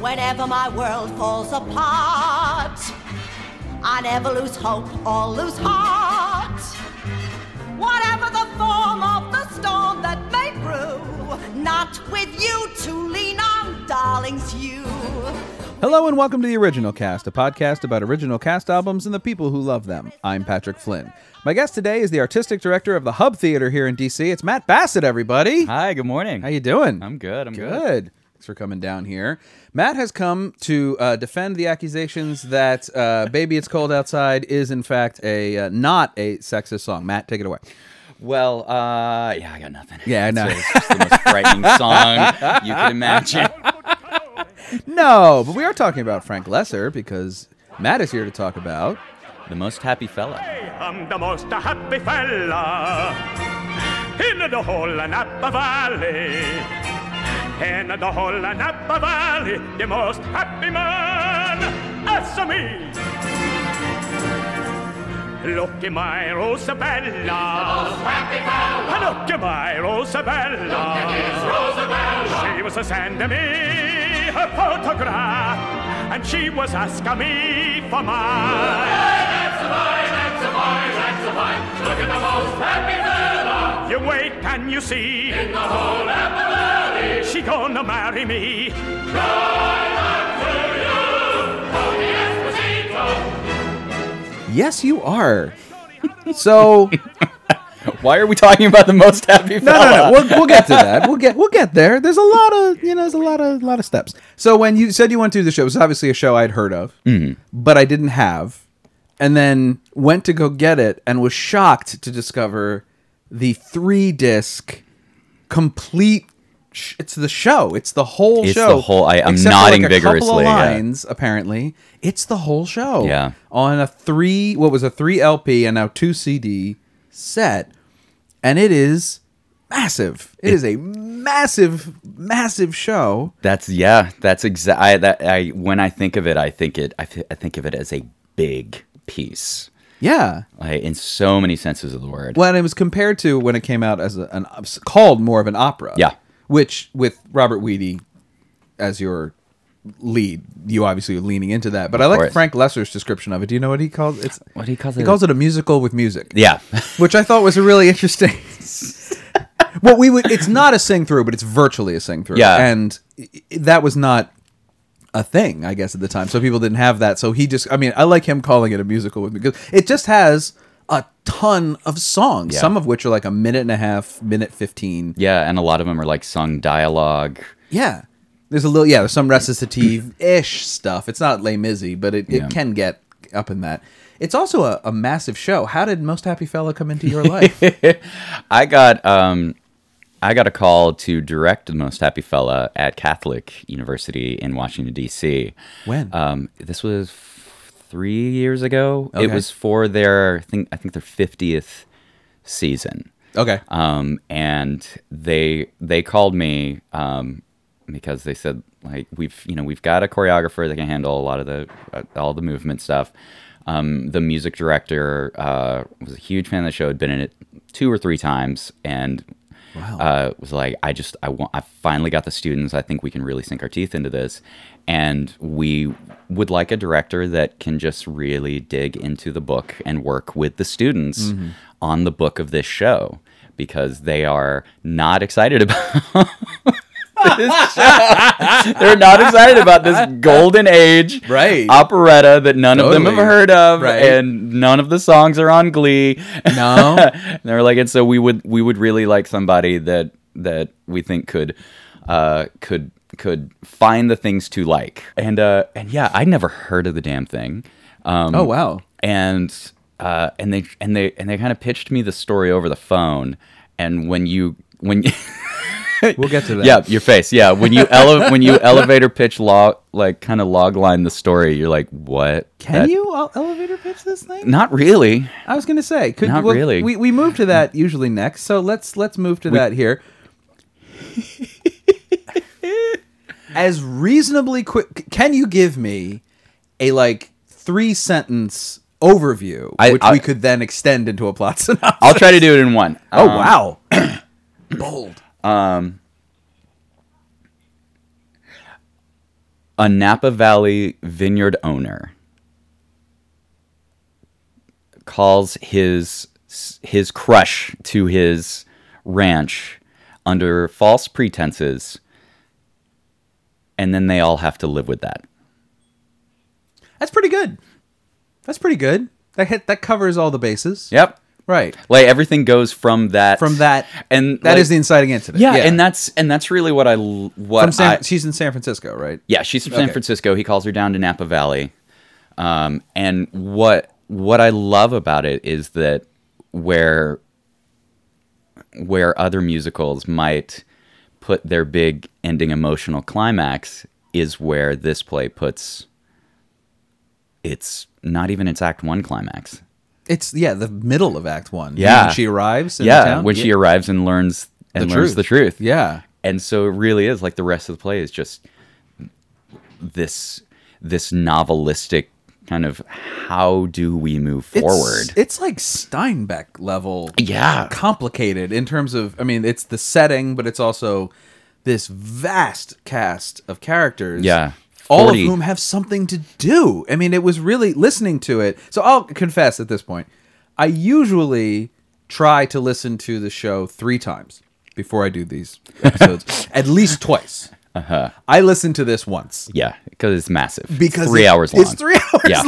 whenever my world falls apart. I never lose hope or lose heart. Whatever the form of the storm that may brew, not with you to lean on, darlings, you. Hello and welcome to the Original Cast, a podcast about original cast albums and the people who love them. I'm Patrick Flynn. My guest today is the artistic director of the Hub Theater here in DC. It's Matt Bassett, everybody. Hi, good morning. How you doing? I'm good. I'm good. good. Thanks for coming down here. Matt has come to uh, defend the accusations that uh, "Baby It's Cold Outside" is in fact a uh, not a sexist song. Matt, take it away. Well, uh, yeah, I got nothing. Yeah, I know. It's just the most frightening song you can imagine. No, but we are talking about Frank Lesser because Matt is here to talk about. The most happy fella. I'm the most happy fella in the whole Napa Valley. In the whole Napa Valley, the most happy man is me. Look at my Rosabella. Look at my Rosabella. She was a sending me her photograph, and she was asking me for mine. You wait and you see. In the whole Apple Valley. She gonna marry me. Yes, you are. So Why are we talking about the most happy no, fella? no, no. We'll, we'll get to that. We'll get we'll get there. There's a lot of you know, there's a lot of lot of steps. So when you said you went to the show, it was obviously a show I'd heard of, Mm-hmm. but I didn't have, and then went to go get it and was shocked to discover the three disc complete. Sh- it's the show. It's the whole It's show. the whole- I- I'm except for, nodding like a couple of vigorously, yeah. lines apparently, it's the whole show. Yeah. on a three what was a three LP and now two CD set and it is massive. it is a massive, massive show. That's yeah. That's exactly. That I when I think of it, I think it. I, th- I think of it as a big piece, Yeah. like, in so many senses of the word. When it was compared to when it came out as a, an called more of an opera. Yeah. Which with Robert Weedy as your lead, you obviously are leaning into that. But I like course. Frank Lesser's description of it. Do you know what he calls it's What do you call He it? calls it a musical with music. Yeah. Which I thought was a really interesting What we would it's not a sing through, but it's virtually a sing through. Yeah. And i- i- that was not a thing, I guess, at the time. So people didn't have that. So he just, I mean, I like him calling it a musical with because it just has a ton of songs, Yeah. some of which are like a minute and a half, minute 15. yeah, and a lot of them are like sung dialogue. Yeah. There's a little, yeah, there's some recitative ish stuff. It's not Les Mizzy, but it, Yeah. it can get up in that. It's also a, a massive show. How did Most Happy Fella come into your life? I got um, I got a call to direct the most happy fella at Catholic University in Washington D.C. When? Um, this was f- three years ago. It Okay. was for their I think I think their fiftieth season. okay. Um, and they they called me um, because they said like we've you know we've got a choreographer that can handle a lot of the uh, all the movement stuff. Um, the music director uh, was a huge fan of the show. Had been in it two or three times, and uh, was like, I just I want I finally got the students. I think we can really sink our teeth into this, and we would like a director that can just really dig into the book and work with the students Mm-hmm. on the book of this show because they are not excited about this show. They're not excited about this golden age Right. operetta that none of them have Totally. heard of Right. and none of the songs are on glee. No. and they were like, and so we would we would really like somebody that that we think could uh could could find the things to like. And uh and yeah, I never heard of the damn thing. Um oh, wow. and uh, and they and they and they kind of pitched me the story over the phone. And when you when We'll get to that. yeah your face yeah when you ele- when you elevator pitch log like kind of log line the story you're like what Can That- you el- elevator pitch this thing? not really I was gonna say, could, Not well, really. We we move to that usually next, so let's let's move to that here. As reasonably quick, can you give me a like three sentence overview, I- which I- we could then extend into a plot synopsis? I'll try to do it in one. oh Um, wow, bold. a Napa Valley vineyard owner calls his his crush to his ranch under false pretenses and then they all have to live with that. That's pretty good. That's pretty good. That hit, that covers all the bases. Yep. Right. Like everything goes from that From that and that is like- the inciting incident. yeah, and that's and that's really what I l- what From San, I, she's in San Francisco, right? Yeah, she's from San Okay. Francisco. He calls her down to Napa Valley. Um, and what what I love about it is that where where other musicals might put their big ending emotional climax is where this play puts it's not even its act 1 climax. It's yeah, the middle of Act One. Yeah. when she arrives. In yeah, the town. when she arrives and learns and learns the truth. Yeah, and so it really is like the rest of the play is just this this novelistic kind of how do we move It's- forward It's, like Steinbeck level. Yeah. complicated in terms of. I mean, it's the setting, but it's also this vast cast of characters. Yeah. all of 40. whom have something to do. I mean, it was really listening to it. So I'll confess at this point, I usually try to listen to the show three times before I do these episodes, at least twice. Uh-huh. I listened to this once. yeah because it's massive Because three it- hours long it's three hours yeah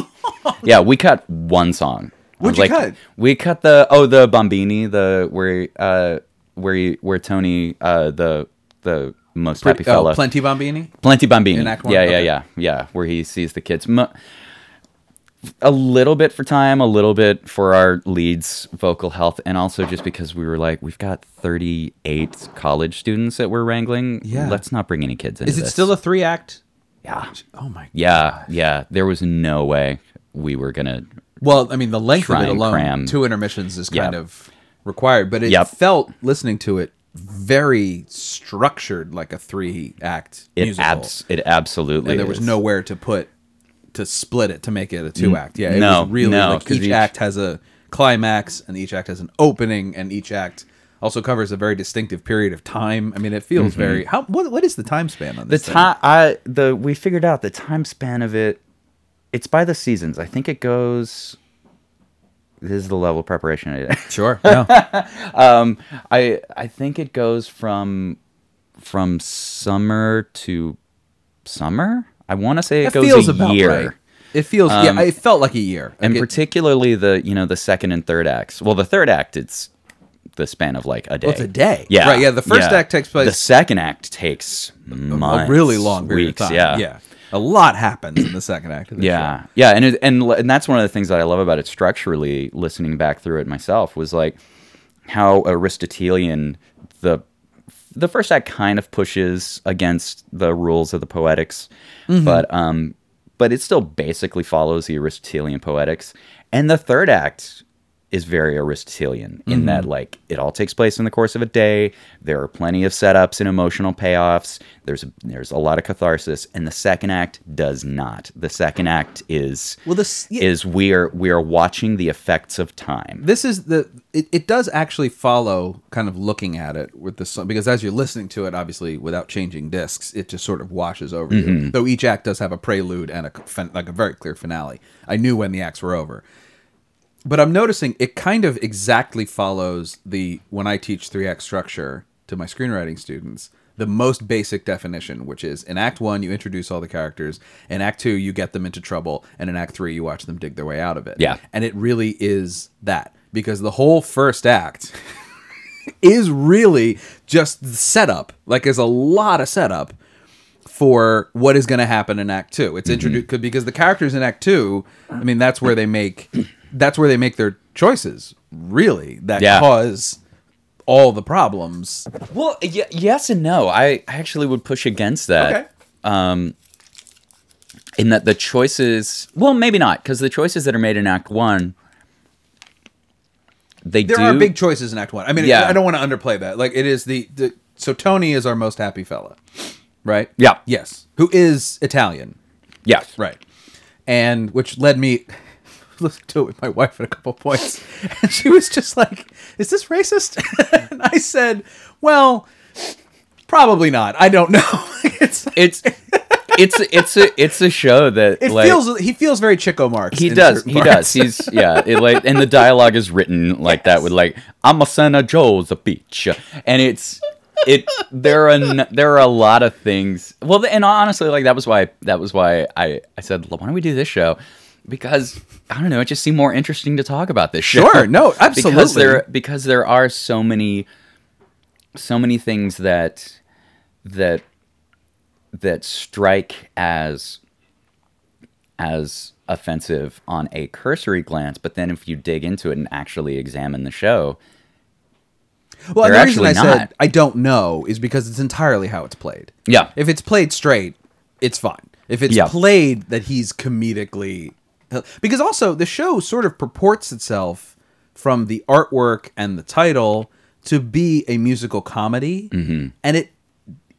yeah we cut one song I What'd was you cut? we cut the oh the bombini the where uh where he- where tony uh the the most happy fellow Oh, Plenty Bombini? Plenty Bambini. In Act One? Yeah, yeah, Okay. yeah, yeah. Where he sees the kids. Mo- a little bit for time, a little bit for our leads' vocal health, and also just because we were like, we've got 38 college students that we're wrangling. Yeah. Let's not bring any kids into Is it this. still a three act? Yeah. Oh my Yeah, yeah. There was no way we were going to. Well, I mean, the length of Try it and alone, cram. two intermissions is kind Yep. of required, but it Yep. felt listening to it very structured, like a three act It, musical. abs- it absolutely and there was is. nowhere to put to split it to make it a two act. Yeah, it no, was really no, like 'cause each, each- act has a climax and each act has an opening and each act also covers a very distinctive period of time. I mean, it feels very how what what is the time span on Mm-hmm. the this? thing? time I the we figured out the time span of it. It's by the seasons. I think it goes. This is the level of preparation. I, did. Sure. No. I I think it goes from from summer to summer. I want to say That it goes feels a about year. Um, right. It feels yeah, it felt like a year. and Like it- particularly the you know the second and third acts. Well, the third act it's the span of like a day. Oh, it's a day. Yeah, Right, yeah, the first act takes place- The second act takes a months, really long period weeks, of time. Yeah, A lot happens in the second act of the yeah yeah and, it, and l- and that's one of the things that i love about it structurally listening back through it myself was like how aristotelian the the first act kind of pushes against the rules of the poetics Mm-hmm. but um but it still basically follows the aristotelian poetics and the third act is very aristotelian in that Mm-hmm. like it all takes place in the course of a day there are plenty of setups and emotional payoffs there's there's a lot of catharsis and the second act does not the second act is Well, this- yeah. is we are we are watching the effects of time this is the it, it does actually follow kind of looking at it with the sun because as you're listening to it obviously without changing discs it just sort of washes over Mm-hmm. you though each act does have a prelude and a fin- like a very clear finale i knew when the acts were over but i'm noticing it kind of exactly follows the when i teach three act structure to my screenwriting students the most basic definition which is in act one you introduce all the characters in act two you get them into trouble and in act three you watch them dig their way out of it Yeah. and it really is that because the whole first act is really just the setup. Like there's a lot of setup for what is going to happen in Act Two. It's introduced because the characters in Act Two. I mean, that's where they make that's where they make their choices. Really, that Yeah. cause all the problems. Well, y- yes and no. I I actually would push against that. um, Okay. In that the choices, well, maybe not, because the choices that are made in Act One, they There do. are big choices in Act One. I mean, Yeah. I don't want to underplay that. Like it is the, the so Tony is our most happy fella, right? Yeah. Yes. Who is Italian? yes. Right. And which led me listen to it with my wife at a couple points. And she was just like, Is this racist? and I said, Well, probably not. I don't know. it's It's it's it's a it's a show that It like, feels he feels very Chico Marx. He in does. certain He parts. does. He's yeah. It like and the dialogue is written like that with like I'm a son of Joe's a beach, and it's it. There are n- there are a lot of things. Well, and honestly, like that was why that was why I I said why don't we do this show because I don't know it just seemed more interesting to talk about this show. Sure, no, Because absolutely. there because there are so many so many things that that that strike as as offensive on a cursory glance, but then if you dig into it and actually examine the show, Well, and They're the reason I actually said not. I don't know is because it's entirely how it's played. Yeah. If it's played straight, it's fine. If it's Yeah. played that he's comedically because also the show sort of purports itself from the artwork and the title to be a musical comedy, Mm-hmm. and it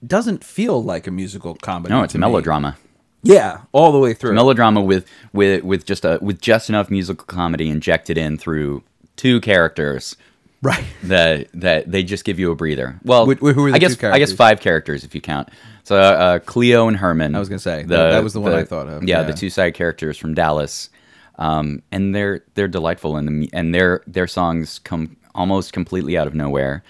doesn't feel like a musical comedy. no, it's to a me. melodrama. Yeah, all the way through. Melodrama with with with just a with just enough musical comedy injected in through two characters right. that that they just give you a breather. Well, Wh- wh- who are the I guess two I guess characters? five characters if you count. So uh, Cleo and Herman. I was gonna say, that- that was the one I thought of, Yeah, yeah. the two side characters from Dallas, um, and they're they're delightful and the, mu- and their their songs come almost completely out of nowhere.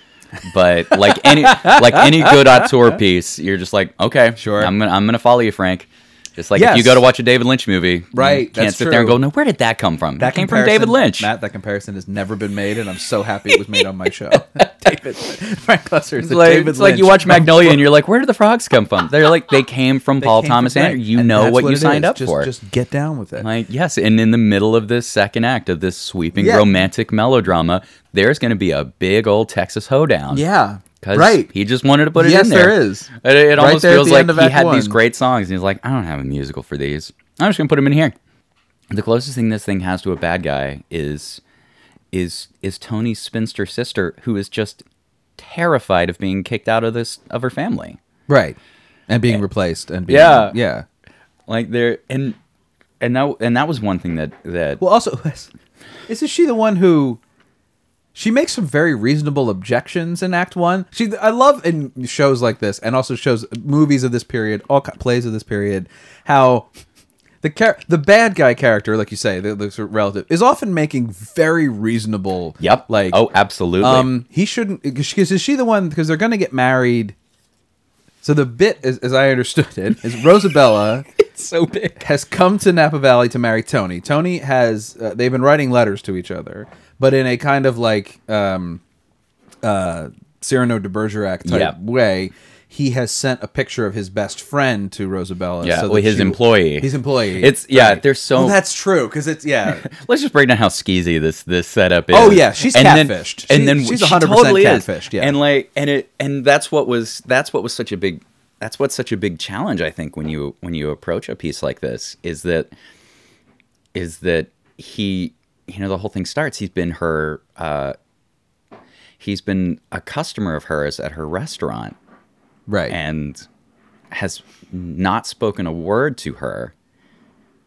But like any like any good auteur piece, you're just like, okay, Sure. I'm gonna I'm gonna follow you, Frank. Just like if Yes. you go to watch a David Lynch movie, you Right, can't that's sit there and true. go, no, where did that come from? That came from David comparison- Lynch. Matt, that comparison has never been made, and I'm so happy it was made on my show. David Frank Lesser is It's a like, David it's like you Lynch. watch Magnolia and you're like, where did the frogs come from? They're like, they came from Paul came Thomas from- Anderson. right. You And know that's what you it signed is. up Just- for. Just get down with it. like, yes. And in the middle of this second act of this sweeping Yeah. romantic melodrama, there's going to be a big old Texas hoedown. yeah, 'Cause right. He just wanted to put it Yes, in there. there is. It, it almost there at feels the like end of he Act had these One. great songs, and he's like, I don't have a musical for these. I'm just gonna put them in here. The closest thing this thing has to a bad guy is is is Tony's spinster sister, who is just terrified of being kicked out of this of her family. right, and being replaced and being, Yeah. yeah. Like there and and that and that was one thing that that Well, also, isn't she the one who? She makes some very reasonable objections in Act One. She, I love in shows like this, and also shows movies of this period, all ki- plays of this period, how the char- the bad guy character, like you say, the, the sort of relative, is often making very reasonable. Yep. Like oh, absolutely. Um, he shouldn't because is she the one because they're going to get married. So the bit, as, as I understood it, is Rosabella it's so big. has come to Napa Valley to marry Tony. Tony has uh, they've been writing letters to each other, but in a kind of like um, uh, Cyrano de Bergerac type Yeah. way. He has sent a picture of his best friend to Rosabella. so Yeah, well, that his she- employee. His employee. It's yeah. There's so Oh, that's true because it's yeah. Let's just break down how skeezy this this setup is. Oh, yeah, she's then- catfished. and She- then she's she 100% totally is. catfished, yeah. and like and it and that's what was that's what was such a big that's what's such a big challenge I think when you when you approach a piece like this is that is that he you know the whole thing starts he's been her uh, he's been a customer of hers at her restaurant right. and has not spoken a word to her,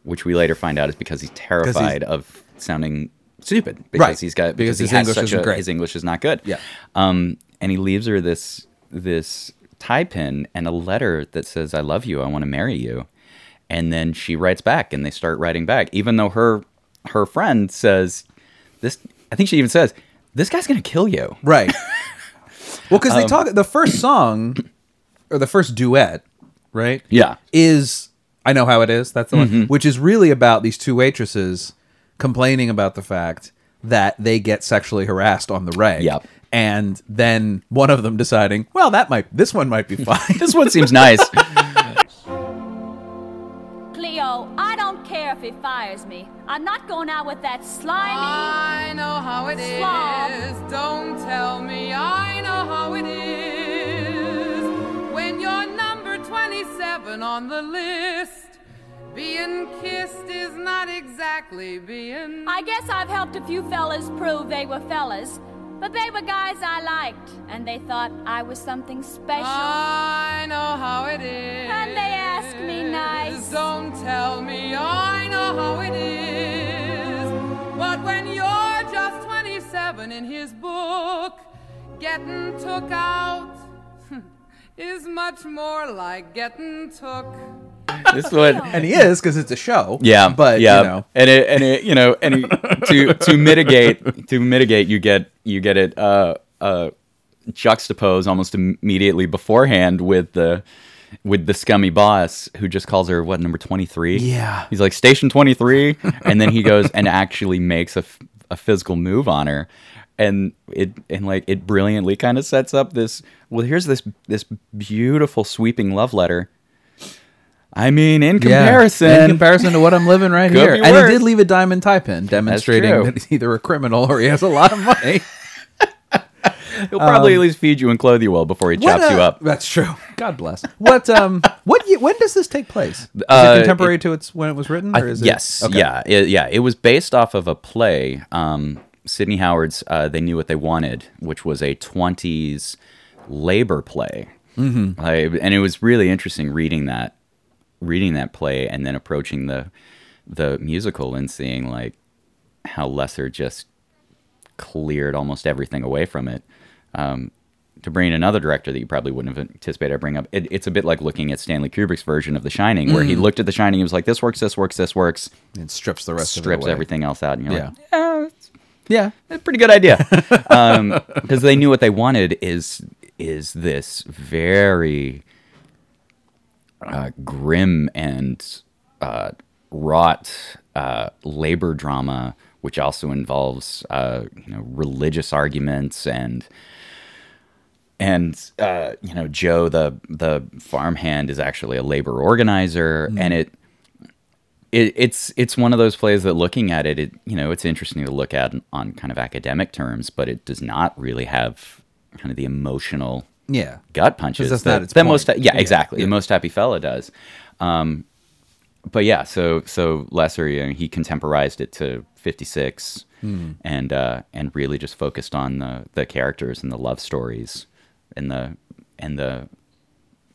which we later find out is because he's terrified of sounding stupid. Because Right. he's got Because because, he his has English such isn't a- great. his English is not good. Yeah. Um, and he leaves her this this tie pin and a letter that says, "I love you. I want to marry you." And then she writes back, and they start writing back, even though her her friend says, "This." I think she even says, "This guy's gonna kill you." Right. well, because Um, they talk the first song or the first duet, right? Yeah. Mm-hmm. Is I know how it is. That's the one, which is really about these two waitresses complaining about the fact that they get sexually harassed on the reg. Yep. And then one of them deciding, well, that might this one might be fine. This one seems nice. Cleo, I don't care if he fires me. I'm not going out with that slimy. I know how it Slob. is. Don't tell me I know how it is. When you're number 27 on the list, being kissed is not exactly being. I guess I've helped a few fellas prove they were fellas, but they were guys I liked, and they thought I was something special. I know how it is. And they ask me nice. Don't tell me I know how it is. But when you're just 27 in his book, getting took out is much more like getting took. this one. and he is because it's a show. Yeah, but yeah, you know, and it and it you know and it, to to mitigate to mitigate you get you get it uh uh juxtaposed almost immediately beforehand with the with the scummy boss who just calls her what number twenty three Yeah. he's like station twenty three and then he goes and actually makes a f- a physical move on her and it and like it brilliantly kind of sets up this well here's this this beautiful sweeping love letter. I mean, in comparison, in comparison to what I'm living right Could here, be and he worse. did leave a diamond tie pin demonstrating true. that he's either a criminal or he has a lot of money. He'll probably at least feed you and clothe you well before he chops Um, What a- you up. That's true. God bless. What um what ye- when does this take place? Is Uh, it contemporary to its when it was written? Or is it, yes, okay. yeah, it, yeah. It was based off of a play. Um, Sidney Howard's uh, "They Knew What They Wanted," which was a '20s labor play, mm-hmm. and it was really interesting reading that, reading that play, and then approaching the the musical and seeing like how Lesser just cleared almost everything away from it. Um, to bring in another director that you probably wouldn't have anticipated I bring up, it, it's a bit like looking at Stanley Kubrick's version of The Shining, where he looked at The Shining, he was like, "This works, this works, this works," It strips the rest of it strips away. everything else out, and you're Yeah. like, Yeah. "That's a pretty good idea," because they knew what they wanted is is this very uh, grim and uh, wrought uh, labor drama, which also involves uh, you know religious arguments and and uh, you know Joe the the farmhand is actually a labor organizer, and Mm. it. It, it's it's one of those plays that looking at it, it you know it's interesting to look at on, on kind of academic terms, but it does not really have kind of the emotional Yeah. gut punches. that's that, not its that point. most yeah, Yeah, exactly. yeah. The most happy fella does. Um, but yeah, so so Lesser, you know, he contemporized it to fifty six, Hmm. and uh, and really just focused on the the characters and the love stories, and the and the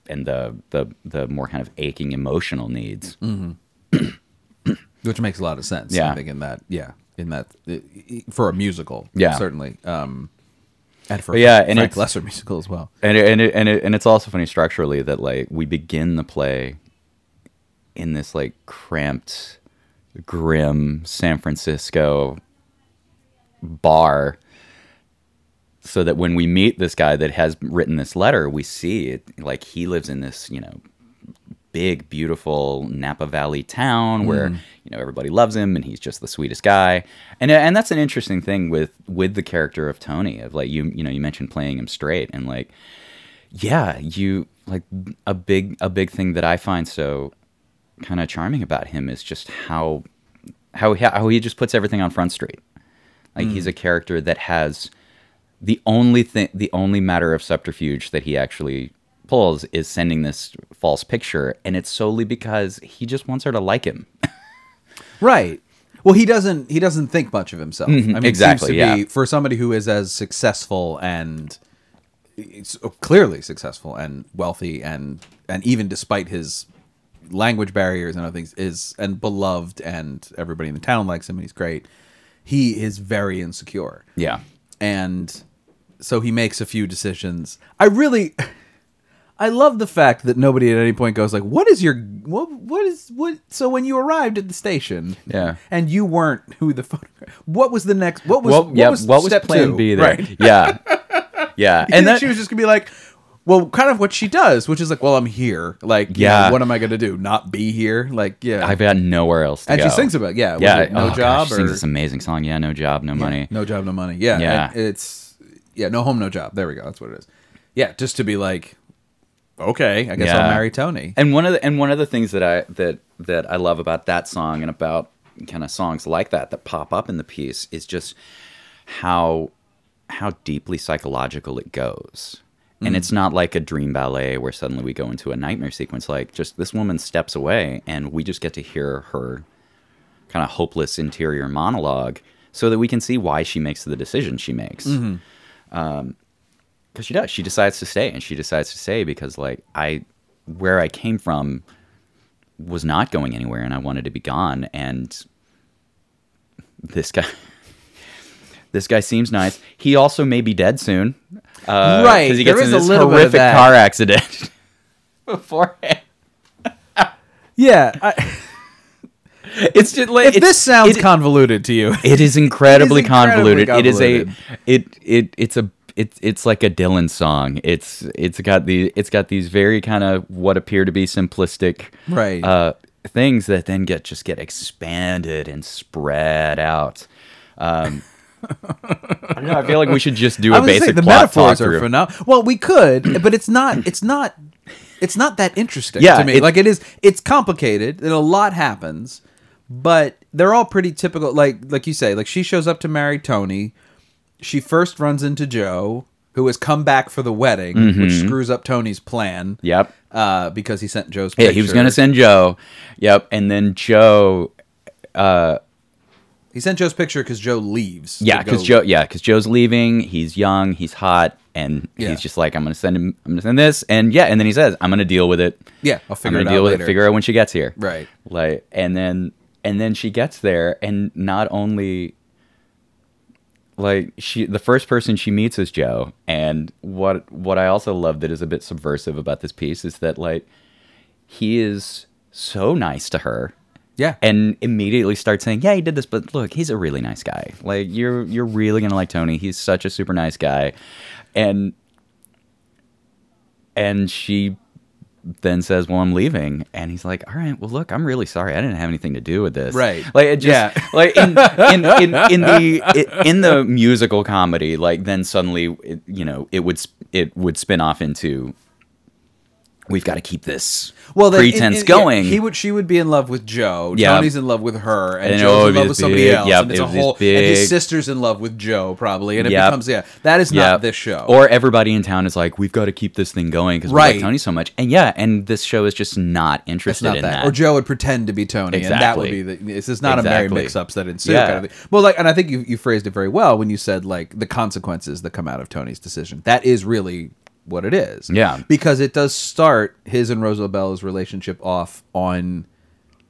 and the the the more kind of aching emotional needs. Which makes a lot of sense. I Yeah. think in that yeah. In that for a musical. Yeah. Certainly. Um and for But yeah, and Frank it's- Lesser musical as well. and it, and it, and it, and it's also funny structurally that like we begin the play in this like cramped, grim San Francisco bar, so that when we meet this guy that has written this letter, we see it like he lives in this you know big beautiful Napa Valley town where you know everybody loves him and he's just the sweetest guy. And and that's an interesting thing with with the character of Tony of like you you know you mentioned playing him straight and like yeah, you like a big a big thing that I find so kind of charming about him is just how how he, how he just puts everything on front street. Like he's a character that has the only thing the only matter of subterfuge that he actually pulls is sending this false picture and it's solely because he just wants her to like him. Right. Well, he doesn't. He doesn't think much of himself. I mean, it Mm-hmm. exactly, seems to yeah. Be, for somebody who is as successful and it's oh, clearly successful and wealthy and and even despite his language barriers and other things is and beloved and everybody in the town likes him and he's great. He is very insecure Yeah. and so he makes a few decisions. I really, I love the fact that nobody at any point goes like, "What is your what? What is what?" So when you arrived at the station, Yeah. and you weren't who the photograph. What was the next? What was Well, what yeah, was what was step plan two? B there? Right, Yeah. Yeah. and And that, she was just gonna be like. Well, kind of what she does, which is like, well, I'm here. Like, yeah, Yeah. what am I going to do? Not be here? Like, yeah. I've got nowhere else to and go. she sings about, yeah, was yeah, it no oh gosh, job she or sings this amazing song. Yeah, no job, no money. No job, no money. Yeah. Yeah. it- it's yeah, no home, no job. There we go. That's what it is. Yeah, just to be like, okay, I guess I'll Yeah. marry Tony. And one of the and one of the things that I that that I love about that song and about kind of songs like that that pop up in the piece is just how how deeply psychological it goes. And Mm. it's not like a dream ballet where suddenly we go into a nightmare sequence. Like just this woman steps away and we just get to hear her kind of hopeless interior monologue so that we can see why she makes the decision she makes Mm-hmm. because she does. She decides to stay, and she decides to stay because like I, where I came from, was not going anywhere, and I wanted to be gone. And this guy, this guy seems nice. He also may be dead soon, uh, Right, Because he there gets is in a this little bit of horrific that. car accident beforehand. Yeah. I, It's just like if it's- this sounds it- convoluted to you, it is incredibly, It is incredibly convoluted. It is a it it it's a it's it's like a Dylan song. It's it's got the it's got these very kind of what appear to be simplistic Right. uh, things that then get just get expanded and spread out. Um, I don't know. I feel like we should just do I a was gonna basic say the plot metaphors are talkthrough. phenomenal. Well, we could, but it's not. It's not. It's not that interesting Yeah, to me. it- like it is. It's complicated, and a lot happens, but they're all pretty typical. Like like you say, like she shows up to marry Tony. She first runs into Joe, who has come back for the wedding, which screws up Tony's plan. Mm-hmm. Yep. Uh, because he sent Joe's. Yeah, he was picture. gonna send Joe. Yep, and then Joe. He sent Joe's picture because Joe leaves. Yeah, to because go- Joe. Yeah, because Joe's leaving. He's young. He's hot, and Yeah. he's just like, I'm gonna send him. I'm gonna send this, and yeah, and then he says, I'm gonna deal with it. Yeah, I'll figure I'm it gonna out deal with later. it. Figure out when she gets here. Right. Like, and then and then she gets there, and not only like she the first person she meets is Joe, and what what I also love that is a bit subversive about this piece is that like he is so nice to her Yeah. and immediately starts saying, "Yeah, he did this, but look, he's a really nice guy. Like you're you're really gonna like Tony. He's such a super nice guy," and and she then says, "Well, I'm leaving," and he's like, "All right, well, look, I'm really sorry. I didn't have anything to do with this." Right. Like it just Yeah. like in in, in, in the in the musical comedy, like then suddenly it, you know it would sp- it would spin off into. We've got to keep this well, then, pretense in- in- yeah, going. he would. She would be in love with Joe. Yeah. Tony's in love with her, and, And Joe's oh, it would in be love this with somebody big- else. yep, and it's it a was this whole. And his big- sister's in love with Joe, probably, and it Yep. becomes yeah. That is not Yep. this show. Or everybody in town is like, we've got to keep this thing going because we Right. like Tony so much. And yeah, and this show is just not it's interested not in that. that. Or Joe would pretend to be Tony, and that would be Exactly. the. It's just not a merry Exactly. mix-ups that ensue. Yeah. Kind of thing. Well, like, and I think you you phrased it very well when you said like the consequences that come out of Tony's decision. That is really what it is. Yeah. because it does start his and Roosevelt Bell's relationship off on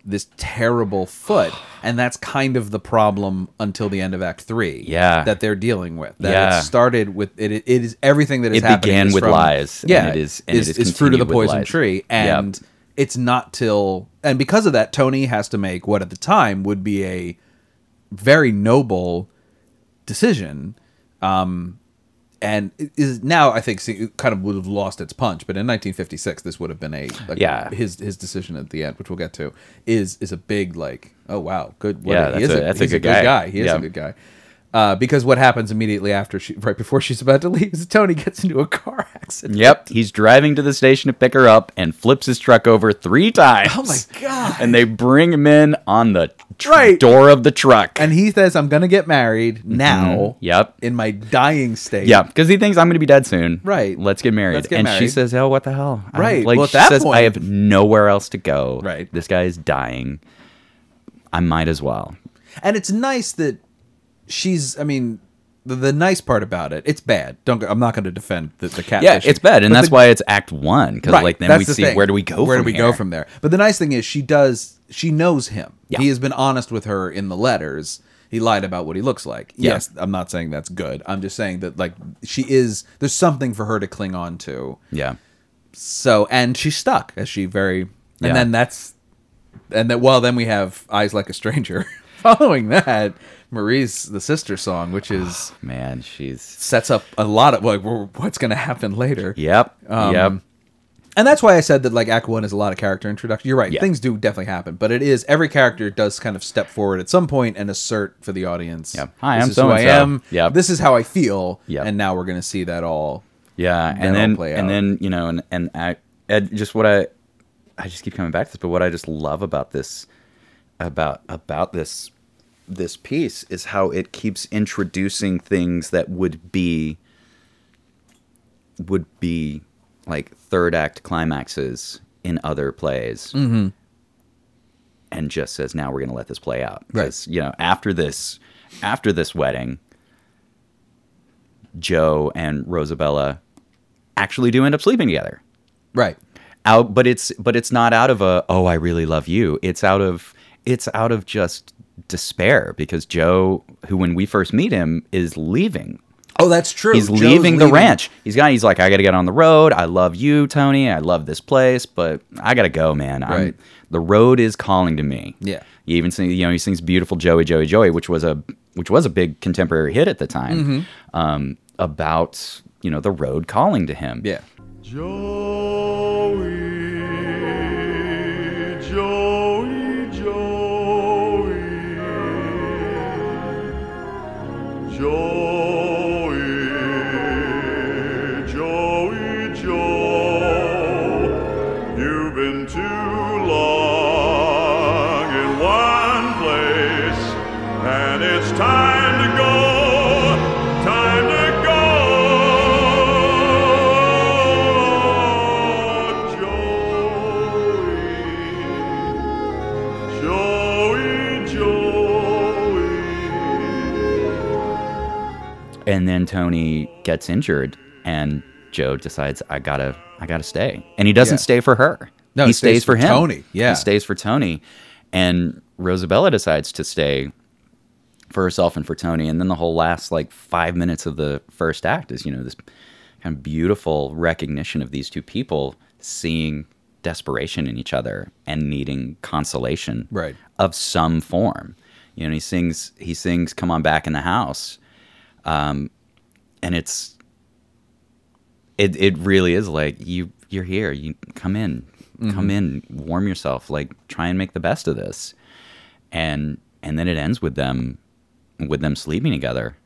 this terrible foot, and that's kind of the problem until the end of Act Three. Yeah. that they're dealing with. That Yeah. it started with it. It is everything that is It happening began is with from- lies, and Yeah, it is- and it is fruit of the continued with poison lies. tree, Yep. and it's not till and because of that tony has to make what at the time would be a very noble decision um and it is now i think see, it kind of would have lost its punch but in 1956 this would have been a like, Yeah. his his decision at the end which we'll get to is is a big like oh wow good Yeah, he that's is a- that's a he's good guy. he is Yeah. a good guy uh, because what happens immediately after she right before she's about to leave is tony gets into a car accident Yep, he's driving to the station to pick her up and flips his truck over three times. Oh my God. And they bring him in on the tr- Right. door of the truck. and he says, "I'm gonna get married now." Mm-hmm. Yep. In my dying state. yeah, because he thinks I'm going to be dead soon. Right. Let's get married. Let's get and she married. says, "Oh, what the hell?" I- Right, Like well, at she that says, point- "I have nowhere else to go. Right. This guy is dying. I might as well." And it's nice that she's. I mean, the, the nice part about it, it's bad. Don't. go- I'm not gonna defend the, the cat. Yeah, it's bad, and that's why it's Act One because Right, like then that's we the see thing. where do we go? Where do from we go here? from there? But the nice thing is, she does. She knows him. Yeah. He has been honest with her in the letters. He lied about what he looks like. Yeah. Yes, I'm not saying that's good. I'm just saying that like she is. There's something for her to cling on to. Yeah, So and she's stuck as she very and Yeah. then that's and that well then we have Eyes Like a Stranger. Following that, Marie's the sister song, which is man, she's sets up a lot of like wh- what's gonna happen later. yep, Um, yep, And that's why I said that like Act One is a lot of character introduction. You're right, Yeah. things do definitely happen, but it is every character does kind of step forward at some point and assert for the audience. Yep. Hi, this I'm is who I so-and-so. am. Yep. This is how I feel. Yep. And now we're gonna see that all yeah, that'll and then play out. and then you know, and and I, and just what I, I just keep coming back to this, but what I just love about this, about about this, this piece is how it keeps introducing things that would be, would be, like third act climaxes in other plays. and just says, "Now we're going to let this play out." Right. 'Cause, You know, after this, after this wedding, Joe and Rosabella actually do end up sleeping together. right. Out, but it's but it's not out of a "Oh, I really love you." It's out of it's out of just despair because Joe, who when we first meet him, is leaving Oh, that's true. He's Joe's leaving the ranch. He's got. He's like, I got to get on the road. I love you, Tony. I love this place, but I got to go, man. I'm, Right. the road is calling to me. Yeah. He even sings. You know, he sings "Beautiful Joey, Joey, Joey," which was a which was a big contemporary hit at the time. Mm-hmm. Um, about you know the road calling to him. Yeah. Joey, Joey, Joey, Joey, Joey, Joe. You've been too long in one place, and it's time to go. Time to go, Joey. Joey, Joey. And then Tony gets injured, and Joe decides, I gotta I gotta stay. And he doesn't Yeah. stay for her. No, he he stays stays, for for him. Tony, yeah. he stays for Tony, and Rosabella decides to stay for herself and for Tony. And then the whole last like five minutes of the first act is you know this kind of beautiful recognition of these two people seeing desperation in each other and needing consolation Right. of some form. You know, he sings he sings "Come on back in the house," um, and it's it it really is like you you're here. You come in, Mm-hmm. come in, warm yourself. Like try and make the best of this, and and then it ends with them with them sleeping together,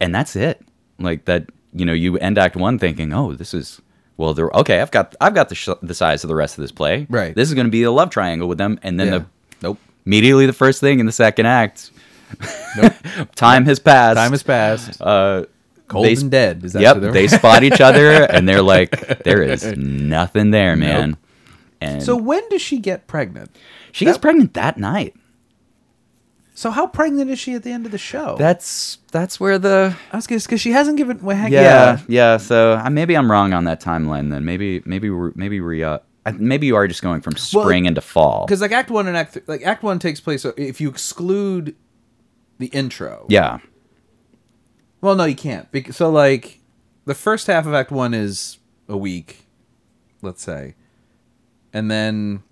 and that's it. Like that, you know, you end Act One thinking, oh, this is. Well, they're okay. I've got I've got the sh- the size of the rest of this play. Right. This is going to be a love triangle with them, and then yeah. the nope. immediately the first thing in the second act. time has passed. Time has passed. Uh, Cold they and sp- dead. Is that yep, what they're- they spot each other and they're like, "There is nothing there, man." And So so when does she get pregnant? she gets that- pregnant that night. So how pregnant is she at the end of the show? That's that's where the I was because she hasn't given. Well, heck yeah yeah. yeah. so I, maybe I'm wrong on that timeline. Then maybe maybe we're- maybe we uh, I- maybe you are just going from spring Well, into fall. Because like Act One and Act th- like Act One takes place. So if you exclude the intro, Yeah, Well, no, you can't. Bec- so like, the first half of Act One is a week, let's say, and then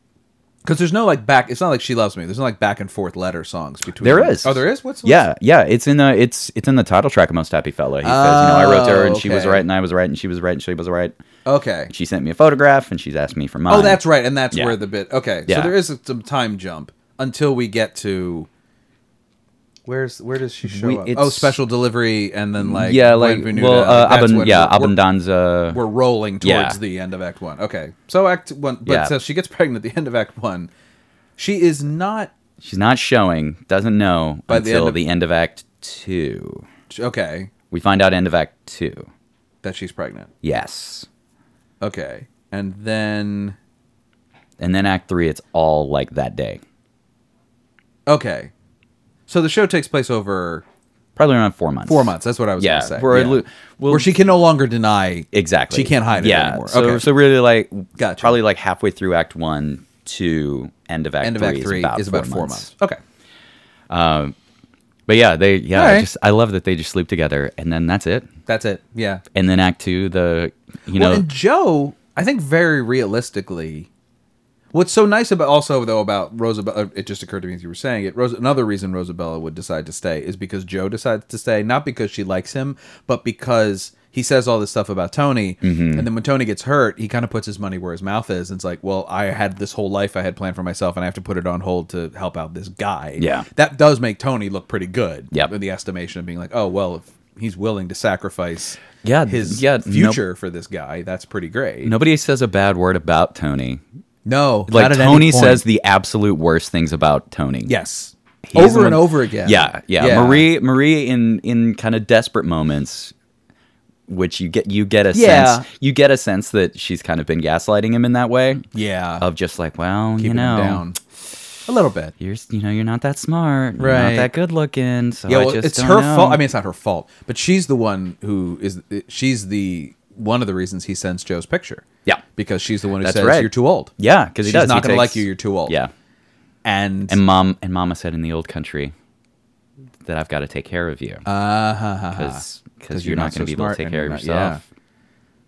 because there's no like back. It's not like she loves me. There's no like back and forth letter songs between. there is. Oh, there is. What's yeah yeah? It's in the it's it's in the title track of Most Happy Fella. He says, "You know, I wrote to her and she was Oh, okay. right, and I was right, and she was right, and she was right." Okay. she sent me a photograph and she's asked me for mine. Oh, that's right, and that's Yeah. where the bit. Okay, Yeah. so there is some time jump until we get to. Where's where does she show We- up? Oh, it's- special delivery, and then like yeah, like Buenvenuta, well, uh, that's Abund- when yeah, we're- we're- Abundanza. we're rolling towards Yeah. the end of Act One. Okay, so Act One, but Yeah. so she gets pregnant at the end of Act One. She is not She's not showing, doesn't know By the until end of- the end of Act Two. okay We find out end of Act Two. that she's pregnant. Yes, Okay, and then and then Act Three, it's all like that day, okay, so the show takes place over probably around four months. four months. That's what I was Yeah, gonna say. we're a lo- well- where she can no longer deny Exactly. She can't hide it yeah. anymore. So, Okay. so really, like, Gotcha. probably like halfway through Act One to end of Act end of Three, Act Three is about four months. Okay, But yeah, they yeah, All I right. just I love that they just sleep together and then that's it. that's it. Yeah. And then Act Two, the you well, know and Joe, I think very realistically, what's so nice about also though about Rosabella, uh, it just occurred to me as you were saying it. Rose, another reason Rosabella would decide to stay is because Joe decides to stay, not because she likes him, but because he says all this stuff about Tony, Mm-hmm. and then when Tony gets hurt, he kind of puts his money where his mouth is, and it's like, well, I had this whole life I had planned for myself, and I have to put it on hold to help out this guy. Yeah. that does make Tony look pretty good. Yep. in the estimation of being like, oh well. if He's willing to sacrifice Yeah, his yeah, no- future for this guy. That's pretty great. Nobody says a bad word about Tony. No, not Like at any Tony point. says the absolute worst things about Tony. yes, He's the over one- and over again. Yeah, yeah. Marie Marie in in kind of desperate moments which you get you get a Yeah. sense you get a sense that she's kind of been gaslighting him in that way yeah, of just like, well, you keeping know, him down a little bit. you're s- you know, you're not that smart, you're not Right. that good looking, so Yeah, I well, just it's don't her know. fault. I mean, it's not her fault, but she's the one who is. She's the one of the reasons he sends Joe's picture. Yeah. because she's the one who That's says right. you're too old. yeah, cuz she's he does. not He gonna like takes- you, you're too old. Yeah. and, And mom Ah, and mama said in the old country that I've got to take care of you. Uh huh. Because because you're, not going to be able to take care of yourself.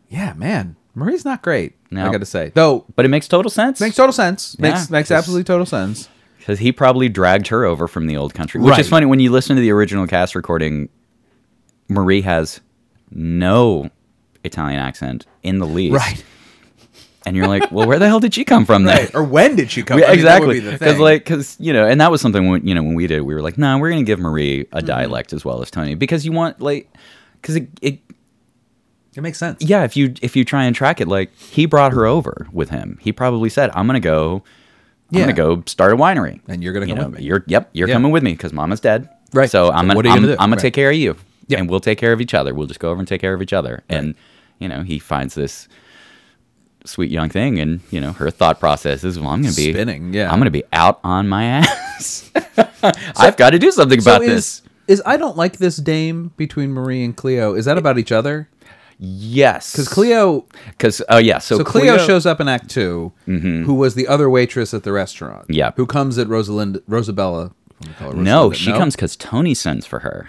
Yeah. yeah, man, Marie's not great. No. I got to say, though, But it makes total sense. makes total sense. Yeah, makes makes 'cause- absolutely total sense. because he probably dragged her over from the old country, which Right. is funny when you listen to the original cast recording. Marie has no Italian accent in the least, And you're like, well, where the hell did she come from? There, Or when did she come? Yeah, I mean, that would be exactly. the Because thing. like, because you know, and that was something when you know when we did, it, we were like, nah, we're gonna give Marie Mm-hmm. a dialect as well as Tony because you want like, because it, it, it makes sense. yeah, if you if you try and track it, like he brought her over with him. He probably said, I'm gonna go, I'm Yeah. gonna go start a winery, And you're gonna You come know, with me. You're yep, you're Yeah. coming with me because Mama's dead, Right. So So I'm gonna, what are you I'm, gonna do? I'm gonna Right. take care of you, Yeah. and we'll take care of each other. We'll just go over and take care of each other, and you know, he finds this. Sweet young thing, and you know her thought process is, well, I'm going to be Spinning, yeah. I'm going to be out on my ass. I've got to do something about is, this. Is I don't like this dame between Marie and Cleo. Is that about each other? Yes, Because Cleo, because oh yeah, so, Mm-hmm. so Cleo, shows up in Act 2 who was the other waitress at the restaurant. Yeah. who comes at Rosalind Rosabella. what do we call her, No, Rosalinda? she comes because Tony sends for her.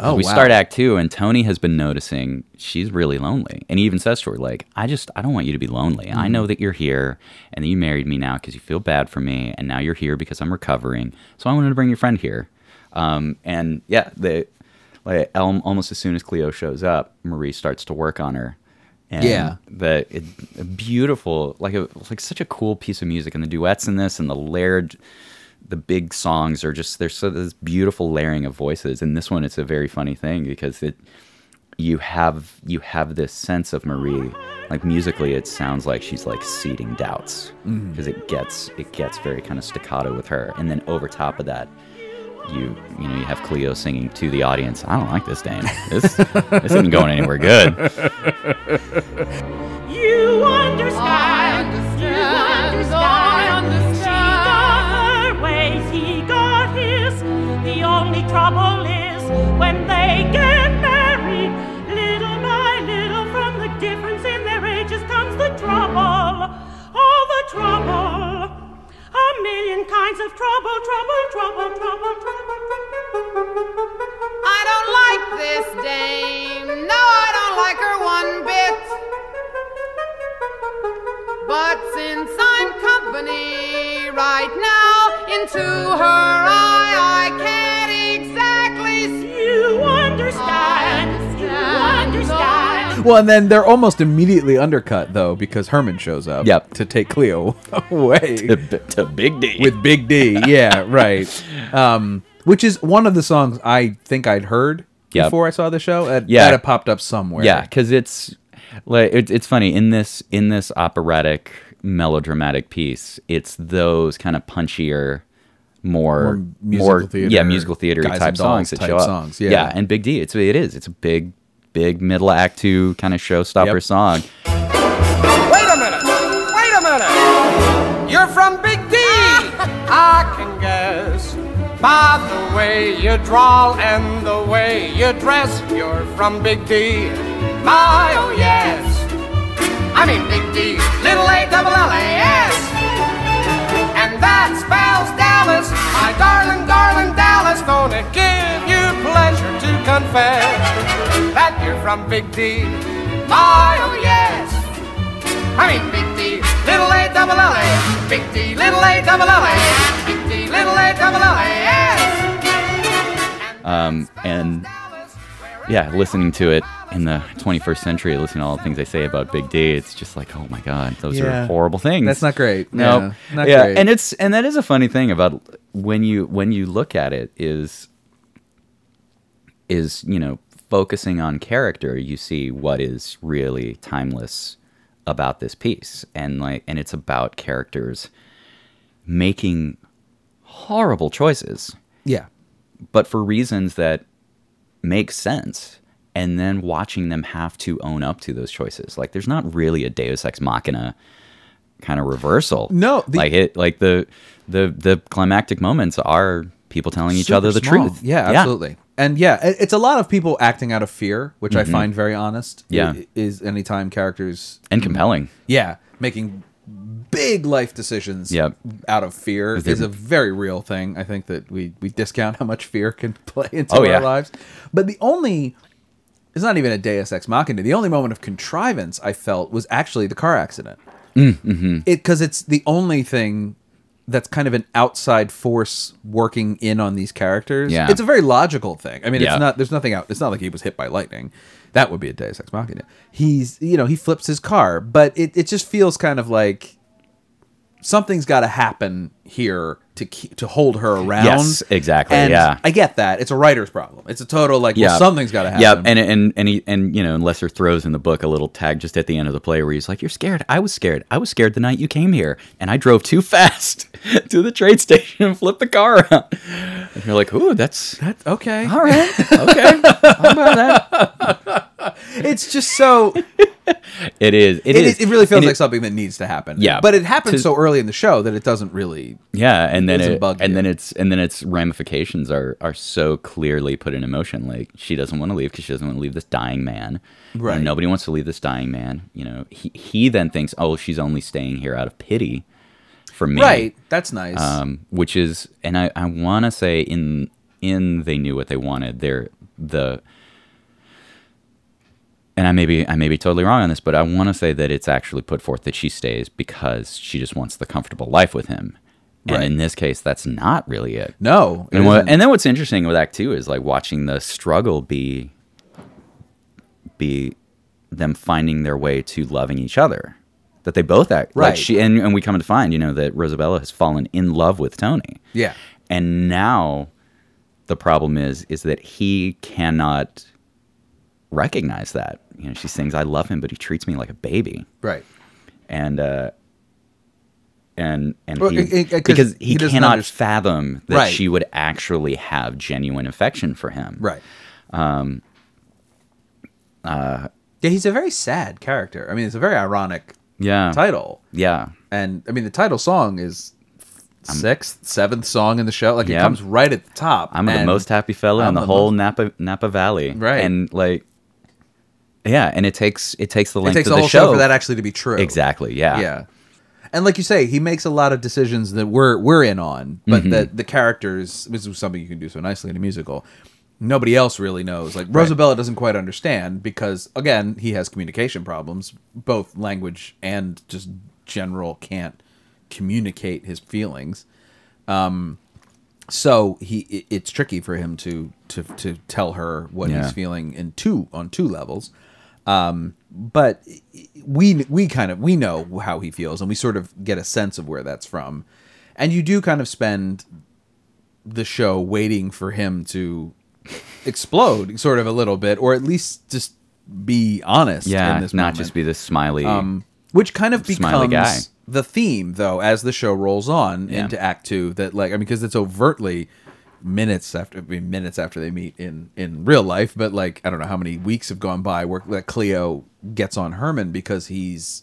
Oh, we wow. start Act Two, and Tony has been noticing she's really lonely, and he even says to her, "Like, I just I don't want you to be lonely. I Mm-hmm. know that you're here, and that you married me now because you feel bad for me, and now you're here because I'm recovering. So I wanted to bring your friend here." Um, and yeah, the like al- almost as soon as Cleo shows up, Marie starts to work on her. And Yeah. the it, a beautiful, like a like such a cool piece of music, and the duets in this, and the layered the big songs are just there's so this beautiful layering of voices and this one it's a very funny thing because it you have you have this sense of marie like musically it sounds like she's like seeding doubts because it gets it gets very kind of staccato with her and then over top of that you you know you have cleo singing to the audience i don't like this dame this this isn't going anywhere good You understand. You understand. I understand. She got her ways, he got his. The only trouble is when they get married, little by little, from the difference in their ages comes the trouble. All the trouble. A million kinds of trouble, trouble, trouble, trouble, trouble. I don't like this dame. No, I don't like her one bit. But since I'm company right now, into her eye, I can't exactly see. You understand. You understand. Well, and then they're almost immediately undercut though because Herman shows up. Yep. to take Cleo away. to big d with Big D. Yeah, right. Um, which is one of the songs I think I'd heard Yep. before I saw the show. That, Yeah. that had popped up somewhere. Yeah, because it's like it, it's funny in this in this operatic melodramatic piece. It's those kind of punchier, more More musical theater, yeah musical theater guys type and dolls songs that type show up. songs, yeah. and Big D. It's it is. It's a big big middle act two kind of showstopper Yep. song. Wait a minute! Wait a minute! You're from Big D! I can guess by the way you drawl and the way you dress. You're from Big D. My, oh yes! I mean Big D, little A double L A S! And that spells Dallas, my darling, darling Dallas. Gonna give you pleasure to confess that you're from Big D. My, oh yes! I mean Big D, little A double L A, Big D, little A double L A, Big D, little A double L A, yes. Um, and yeah, listening to it in the 21st century, listening to all the things they say about Big D, it's just like, oh my god, those are Yeah. horrible things. That's not great. No, Yeah, not yeah, great. and it's and that is a funny thing about when you when you look at it is is you know focusing on character, you see what is really timeless about this piece, and like and it's about characters making horrible choices yeah. but for reasons that make sense and then watching them have to own up to those choices like there's not really a deus ex machina kind of reversal No, the- like it like the the the climactic moments are people telling each Super other the small. truth Yeah, absolutely. And yeah, it- it's a lot of people acting out of fear, which I find very honest. Mm-hmm. Yeah. i- is anytime characters, and compelling yeah, making big life decisions Yep. out of fear they're- is a very real thing. I think that we we discount how much fear can play into Oh, our yeah. lives. But the only it's not even a Deus Ex Machina. The only moment of contrivance I felt was actually the car accident. Mm, mm-hmm. It because it's the only thing that's kind of an outside force working in on these characters. Yeah. it's a very logical thing. I mean, Yeah. it's not. There's nothing out. It's not like he was hit by lightning. That would be a Deus Ex Machina. He's you know he flips his car, but it it just feels kind of like something's got to happen here to keep, to hold her around. Yes, exactly, And yeah. I get that. It's a writer's problem. It's a total like well, something's got to happen. Yeah, and and and he, and you know, and Lesser throws in the book a little tag just at the end of the play where he's like, "You're scared. I was scared. I was scared the night you came here, and I drove too fast to the train station and flipped the car around." And you're like, "Ooh, that's That- okay. all right. Okay, How about that? It's just so It is. it, It, is. is- it really feels And like it- something that needs to happen. Yeah, but it happens to- so early in the show that it doesn't really. Yeah, and then It's a it, bug and deal. then it's and then its ramifications are are so clearly put in motion. Like she doesn't want to leave because she doesn't want to leave this dying man. You know, Right. nobody wants to leave this dying man. You know, he he then thinks, oh, she's only staying here out of pity for me. Right. That's nice. Um, which is, and I I want to say in in they knew what they wanted. They're the and I may be I may be totally wrong on this, but I want to say that it's actually put forth that she stays because she just wants the comfortable life with him. And Right. in this case, that's not really it. no. it And, what, isn't. and then what's interesting with Act Two is like watching the struggle be be them finding their way to loving each other. That they both act like Right. she and, and we come to find, you know, that Rosabella has fallen in love with Tony. yeah. And now the problem is is that he cannot recognize that. You know, she sings I love him, but he treats me like a baby. Right. And uh and and Well, he, it- it- 'cause because he, he doesn't cannot underst- fathom that Right. she would actually have genuine affection for him. Right. Um. uh, yeah, he's a very sad character. I mean, it's a very ironic Yeah. title, Yeah. and I mean, the title song is sixth, seventh song in the show. Like Yeah. it comes right at the top. I'm the and- most happy fella I'm in the, the whole most- Napa Napa Valley. Right. And like yeah, and it takes it takes the It length takes of the the whole show for that actually to be true. Exactly. Yeah. yeah and like you say he makes a lot of decisions that we're we're in on but Mm-hmm. that the characters this is something you can do so nicely in a musical nobody else really knows like rosabella doesn't quite understand because again he has communication problems both language and just general can't communicate his feelings um so he it- it's tricky for him to to to tell her what Yeah. he's feeling in two on two levels Um, but we we kind of we know how he feels and we sort of get a sense of where that's from and you do kind of spend the show waiting for him to explode sort of a little bit or at least just be honest Yeah. in this not moment. just be this smiley um, which kind of Smiley becomes guy. the theme though as the show rolls on Yeah. into act 2 that like i mean because it's overtly minutes after I mean, minutes after they meet in in real life but like i don't know how many weeks have gone by where like cleo gets on herman because he's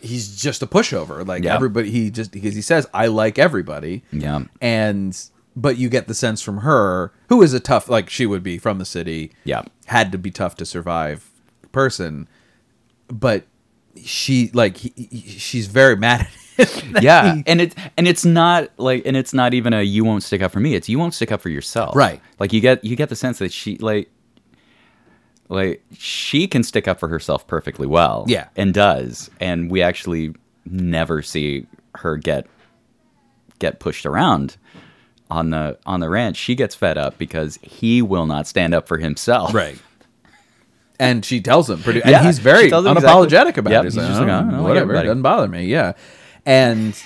he's just a pushover like Yeah. everybody he just because he says i like everybody Yeah. and but you get the sense from her who is a tough like she would be from the city Yeah. had to be tough to survive person but she like he, he- she's very mad at him yeah and it's and it's not like and it's not even a you won't stick up for me it's you won't stick up for yourself Right. like you get you get the sense that she like like she can stick up for herself perfectly well Yeah. and does and we actually never see her get get pushed around on the on the ranch she gets fed up because he will not stand up for himself and she tells him pretty Yeah, and he's she very tells him unapologetic exactly- about Yep, it he's he's like, just "Oh, like, "I don't like whatever it everybody." doesn't bother me yeah and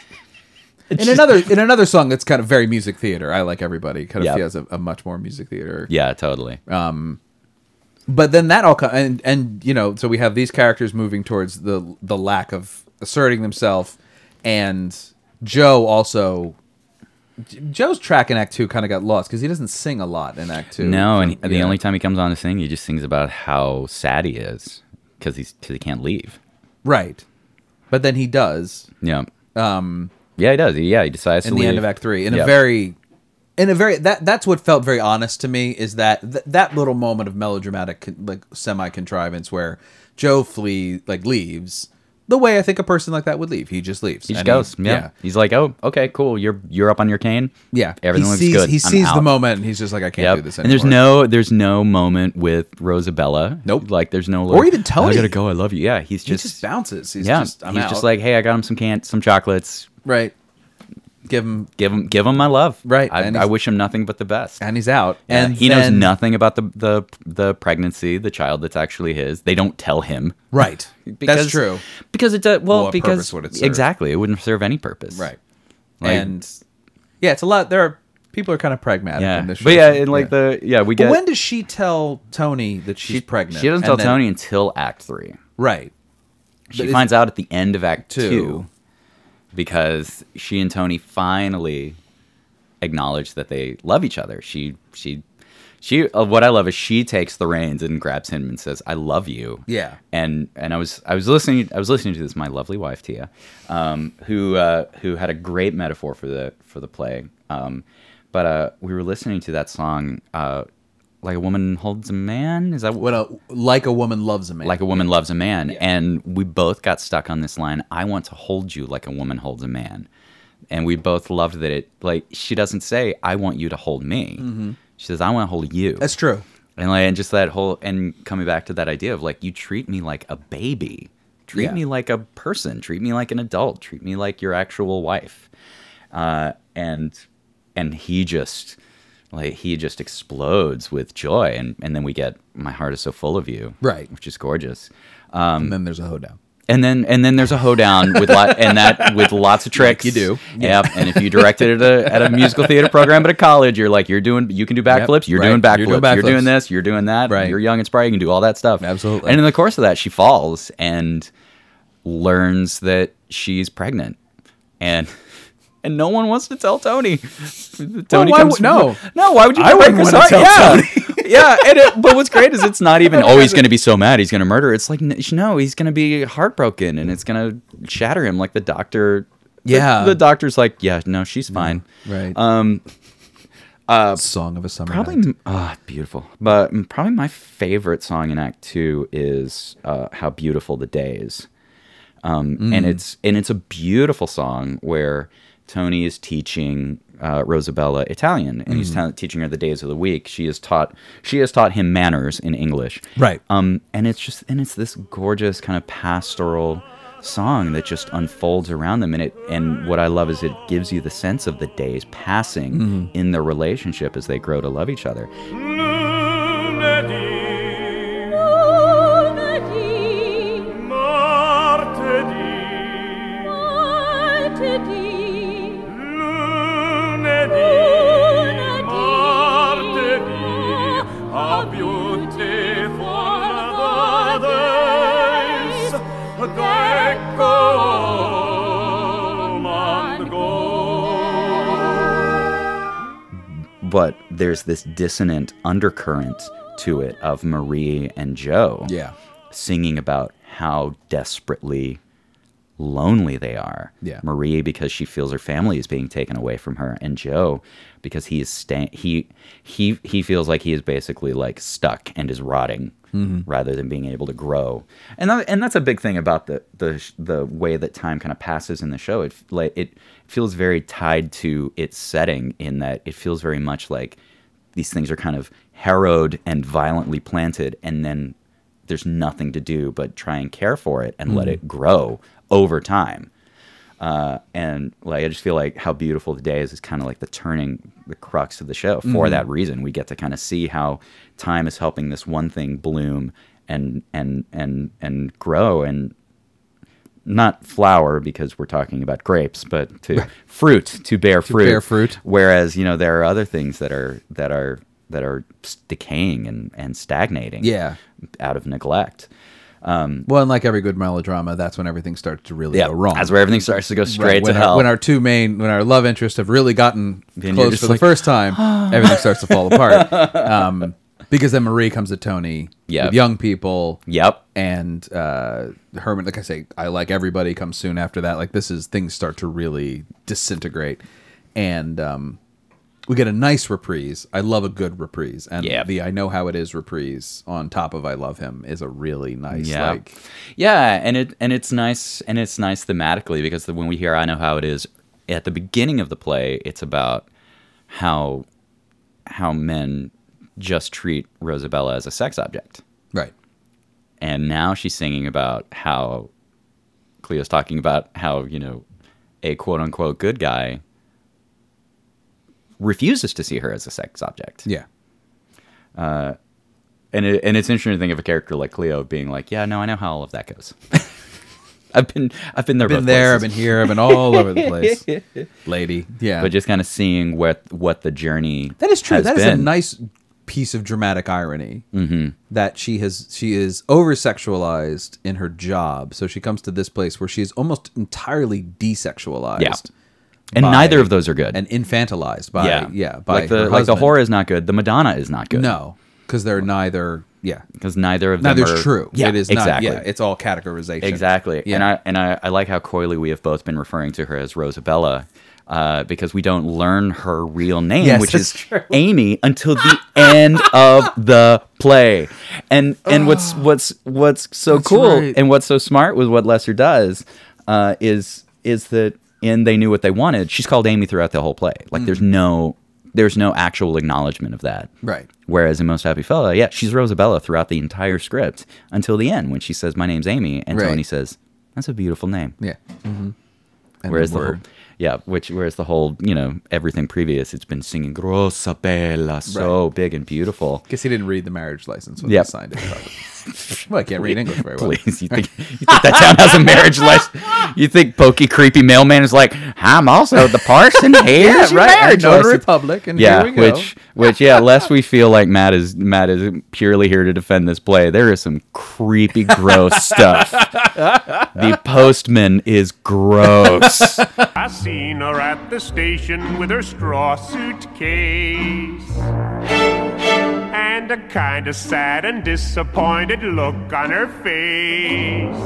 in just- another in another song that's kind of very music theater i like everybody kind of Yep. feels a, a much more music theater yeah totally but then that all comes and and you know so we have these characters moving towards the the lack of asserting themselves and joe also J- joe's track in act two kind of got lost because he doesn't sing a lot in act two No, and he- the Yeah. only time he comes on to sing, he just sings about how sad he is because he's cause he can't leave. right but then he does Yeah. Um. Yeah, he does. He- Yeah, he decides in to the leave. end of act three in a Yep. very in a very that that's what felt very honest to me is that th- that little moment of melodramatic con- like semi contrivance where joe flee like leaves the way I think a person like that would leave. He just leaves. He just And goes. he- yeah. He's like, oh, okay, cool. You're you're up on your cane. Yeah. Everything he looks sees, good. He I'm sees the out. moment. And he's just like, I can't Yep. do this and anymore. there's no there's no moment with Rosabella. Nope. Like there's no Or even Tony. I gotta go. I love you. Yeah. He's He just, just, bounces. He's yeah. just, I'm he's out. just like, hey, I got him some can some chocolates. right. Give him, Give him give him my love. Right, I, and I he's- wish him nothing but the best. and he's out. Yeah, and he knows then- nothing about the the the pregnancy, the child that's actually his. They don't tell him. Right. That's true. Because it does well What because purpose would it serve? exactly it wouldn't serve any purpose. Right. Like- and yeah, it's a lot. There are people are kind of pragmatic Yeah. in this show. But yeah, and like the yeah we But get when does she tell Tony that she's pregnant? She doesn't And tell then- Tony until Act Three. Right. But She it's- finds out at the end of Act Two. Two, because she and Tony finally acknowledge that they love each other. She she she. Uh, what I love is she takes the reins and grabs him and says, "I love you." Yeah. And and I was I was listening I was listening to this my lovely wife Tia, um, who uh, who had a great metaphor for the for the play. Um, but uh, we were listening to that song. Uh, like a woman holds a man. Is that When a like a woman loves a man. like a woman loves a man and we both got stuck on this line i want to hold you like a woman holds a man and we both loved that it like she doesn't say i want you to hold me she says i want to hold you that's true. and like and just that whole and coming back to that idea of like you treat me like a baby treat Yeah. me like a person treat me like an adult treat me like your actual wife uh, and and he just like he just explodes with joy and and then we get my heart is so full of you Right. which is gorgeous Um, and then there's a hoedown. and then and then there's a hoedown with lot and that with lots of tricks. you do. Yep. And if you direct it at a, at a musical theater program at a college, you're like you're doing you can do backflips, you're, right. doing backflips, You're you're doing doing backflips. this, you're doing that. Right. You're young and spry, you can do all that stuff. Absolutely. And in the course of that, she falls and learns that she's pregnant. And and no one wants to tell Tony. Tony why comes would- no. no. Why would you? I break wouldn't his wanna heart? tell yeah. yeah, and it, but what's great is it's not even oh he's gonna be so mad he's gonna murder. It's like n- no, he's gonna be heartbroken and it's gonna shatter him like the doctor. the- Yeah. Mm. the, doctor's like yeah, no, she's fine. Right. Um, uh, Song of a summer. probably night. m- ah beautiful, but m- probably my favorite song in Act Two is uh, "How Beautiful the Days," um, and it's and it's a beautiful song where Tony is teaching uh, Rosabella Italian, and he's ta- teaching her the days of the week. She has taught she has taught him manners in English, Right. Um, and it's just and it's this gorgeous kind of pastoral song that just unfolds around them and it and what I love is it gives you the sense of the days passing Mm-hmm. in their relationship as they grow to love each other. Lunedì, Lunedì, martedì, martedì, lunedì, martedì, a beautiful days that come and go. But there's this dissonant undercurrent to it of Marie and Joe Yeah. singing about how desperately lonely they are. Yeah. Marie because she feels her family is being taken away from her, and Joe because he is sta- he he he feels like he is basically like stuck and is rotting rather than being able to grow. And that, and that's a big thing about the the sh- the way that time kind of passes in the show. It f- like it feels very tied to its setting in that it feels very much like these things are kind of harrowed and violently planted and then there's nothing to do but try and care for it and let it grow over time uh, and like I just feel like how beautiful the day is is kind of like the turning the crux of the show for Mm-hmm. that reason we get to kind of see how time is helping this one thing bloom and and and and grow and not flower because we're talking about grapes but to fruit to bear fruit bear fruit. whereas you know there are other things that are that are that are s- decaying and and stagnating Yeah. out of neglect Well, and like every good melodrama, that's when everything starts to really go wrong. that's where everything starts to go straight when, to our, hell when our two main, when our love interests have really gotten Then you're close just for the like, first time, everything starts to fall apart. Um, because then Marie comes to Tony Yeah. with young people. yep And uh, Herman, like I say, I like everybody comes soon after that. Like this is things start to really disintegrate, and um, we get a nice reprise. I love a good reprise, and Yeah. the I know how it is reprise on top of I love him is a really nice Yeah. like yeah, and it and it's nice and it's nice thematically because the, when we hear I know how it is at the beginning of the play, it's about how how men just treat Rosabella as a sex object. right. and now she's singing about how Cleo's talking about how you know a quote unquote good guy refuses to see her as a sex object, Yeah, and it, and it's interesting to think of a character like Cleo being like, yeah, no, I know how all of that goes. I've been I've been there, been both there, I've places. been here, I've been all over the place, lady. Yeah, but just kind of seeing what what the journey That is true. has That is a been. Mm-hmm. nice piece of dramatic irony that she has she is over sexualized in her job, so she comes to this place where she is almost entirely desexualized Yeah. and by- neither of those are good. and infantilized by yeah, yeah, by like the her like the husband. horror is not good. The Madonna is not good. No, because they're neither. Yeah, because neither of them neither's are true. Yeah, it is exactly. not. Yeah, it's all categorization. Exactly. Yeah. And I and I, I like how coyly we have both been referring to her as Rosabella. Uh, because we don't learn her real name, Yes, which that's is true. Amy, until the end of the play, and and what's what's what's so cool Oh. right. and what's so smart with what Lester does uh, is is that in they knew what they wanted. She's called Amy throughout the whole play. Mm. Like there's no there's no actual acknowledgement of that. Right. Whereas in Most Happy Fella, yeah, she's Rosabella throughout the entire script until the end when she says, "My name's Amy," and Right. Tony says, "That's a beautiful name." Yeah. Mm-hmm. whereas the, whole, yeah, which whereas the whole you know everything previous, it's been singing Rosabella so big and beautiful. because he didn't read the marriage license when Yep. he signed it. probably. well, I can't read English very well. Please, you think you think that town has a marriage license? You think pokey creepy mailman is like, I'm also the parson. Here's your marriage I'm license." Republic, and yeah, here we go. which which yeah, lest we feel like Matt is Matt is purely here to defend this play. There is some creepy, gross stuff. The postman is gross. I seen her at the station with her straw suitcase. And a kind of sad and disappointed look on her face.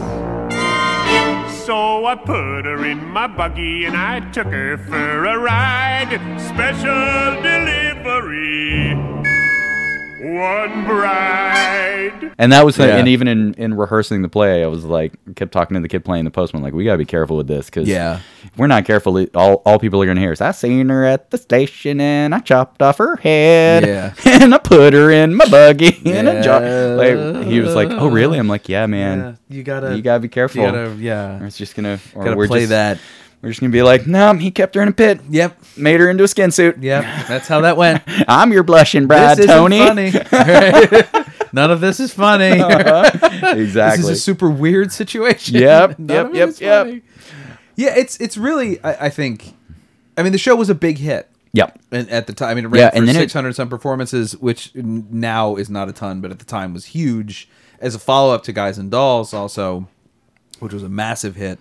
So I put her in my buggy and I took her for a ride. Special delivery. One bride. And that was, the, Yeah. and even in, in rehearsing the play, I was like, kept talking to the kid playing the postman, like, we gotta be careful with this, cause Yeah. if we're not careful. it- All all people are gonna hear is, I seen her at the station and I chopped off her head, Yeah. and I put her in my buggy in a jar. Yeah. Like, he was like, oh really? I'm like, yeah, man, you gotta, you gotta be careful. you gotta, yeah, or it's just gonna, or gotta we're play just, that. We're just gonna be like, no, he kept her in a pit, Yep, made her into a skin suit. yep. That's how that went. I'm your blushing bride, this isn't Tony. funny. None of this is funny. exactly. This is a super weird situation. Yep, None yep, of it yep, is yep. funny. Yeah, it's it's really. I, I think. I mean, the show was a big hit. yep. And at the time, I mean, it ran Yeah, for and then it- 600 some performances, which n- now is not a ton, but at the time was huge. As a follow up to Guys and Dolls, also, which was a massive hit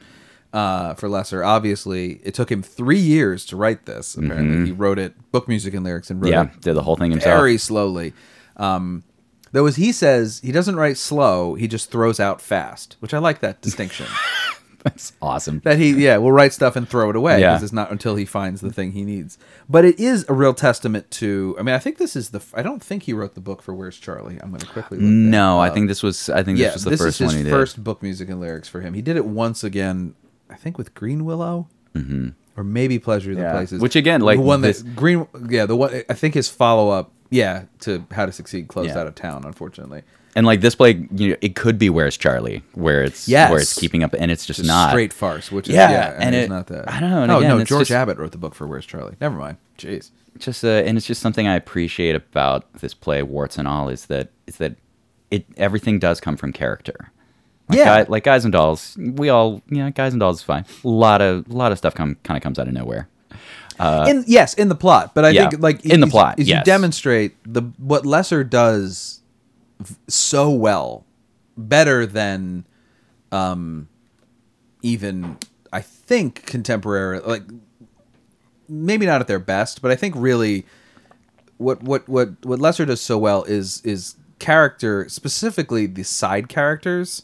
uh, for Lesser, obviously. It took him three years to write this, apparently. He wrote it, book music and lyrics, and wrote Mm-hmm. Yeah, it did the whole thing himself. very slowly. Um, though, as he says, he doesn't write slow; he just throws out fast, which I like that distinction. That's awesome. that he, yeah, will write stuff and throw it away Yeah. because it's not until he finds the thing he needs. But it is a real testament to. I mean, I think this is the. f- I don't think he wrote the book for Where's Charlie. I'm going to quickly. Look that No, I up. think this was. I think uh, yeah, this was the this first is one his he did. first book music and lyrics for him. He did it once again, I think with Green Willow. Or maybe pleasure the Mm-hmm. Yeah. places, Which again, like the one this- that green, yeah, the one I think his follow up, yeah, to how to succeed closed Yeah. out of town, unfortunately, and like this play, you know, it could be "Where's Charlie," where it's Yes. where it's keeping up, and it's just, just not straight farce, which is yeah, Yeah, and, and it's it- not that. I don't know, and Oh again, no, it's George just- Abbott wrote the book for Where's Charlie. Never mind. Jeez, Just uh, and it's just something I appreciate about this play, warts and all, is that is that it everything does come from character. Like Yeah. guy- like guys and dolls, we all yeah, guys and dolls is fine. A lot of a lot of stuff come kind of comes out of nowhere. in yes, in the plot, but I yeah, think like in the is- plot, is you yes. demonstrate the what Lesser does v- so well, better than um even I think contemporary like maybe not at their best, but I think really what what what what Lesser does so well is is character specifically the side characters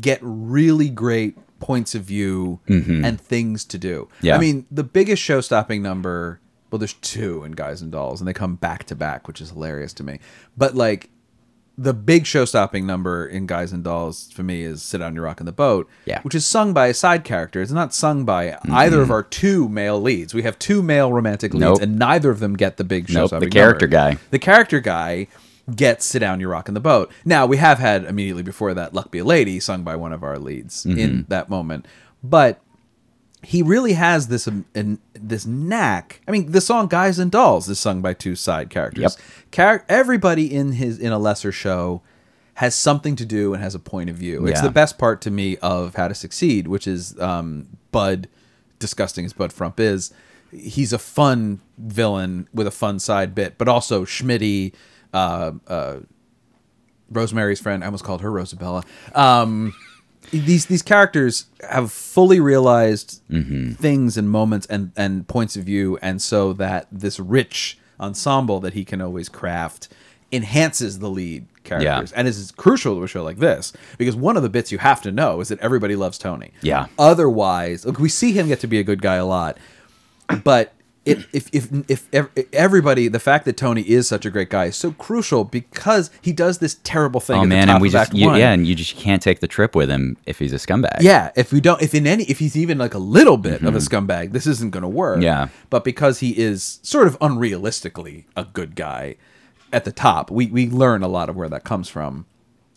get really great points of view and things to do. Yeah. I mean, the biggest show stopping number Well, there's two in Guys and Dolls, and they come back to back, which is hilarious to me. But like the big show-stopping number in Guys and Dolls for me is "Sit on Your Rock in the Boat," Yeah. which is sung by a side character. It's not sung by either of our two male leads. We have two male romantic leads, Nope. and neither of them get the big Nope, show-stopping. the character number. guy. The character guy gets "Sit Down, You're Rocking the Boat." Now we have had immediately before that "Luck Be a Lady" sung by one of our leads Mm-hmm. in that moment, but he really has this um, an, this knack. I mean, the song "Guys and Dolls" is sung by two side characters. Char- everybody in his in a lesser show has something to do and has a point of view. It's Yeah. the best part to me of How to Succeed, which is um, Bud, disgusting as Bud Frump is. He's a fun villain with a fun side bit, but also Schmitty, uh, uh, Rosemary's friend. I almost called her Rosabella. Um, these these characters have fully realized Mm-hmm. things and moments and and points of view, and so that this rich ensemble that he can always craft enhances the lead characters, and is crucial to a show like this because one of the bits you have to know is that everybody loves Tony. Yeah. Otherwise, look, we see him get to be a good guy a lot, but it, if, if if ev- everybody, the fact that Tony is such a great guy is so crucial because he does this terrible thing. Oh at the man, top and we of just Act you, One. yeah, and you just can't take the trip with him if he's a scumbag. Yeah, if we don't, if in any, if he's even like a little bit of a scumbag, this isn't going to work. Mm-hmm. Yeah. But because he is sort of unrealistically a good guy at the top, we we learn a lot of where that comes from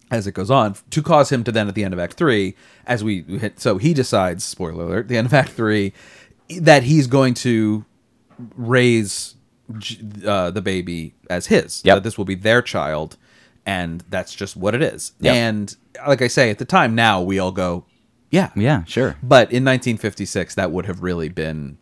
as it goes on to cause him to then at the end of Act Three, as we we hit, so he decides. Spoiler alert: the end of Act Three, that he's going to raise J- uh, the baby as his. Yep. That this will be their child, and that's just what it is. Yep. And like I say, at the time now we all go, yeah, yeah, sure. But in 1956, that would have really been.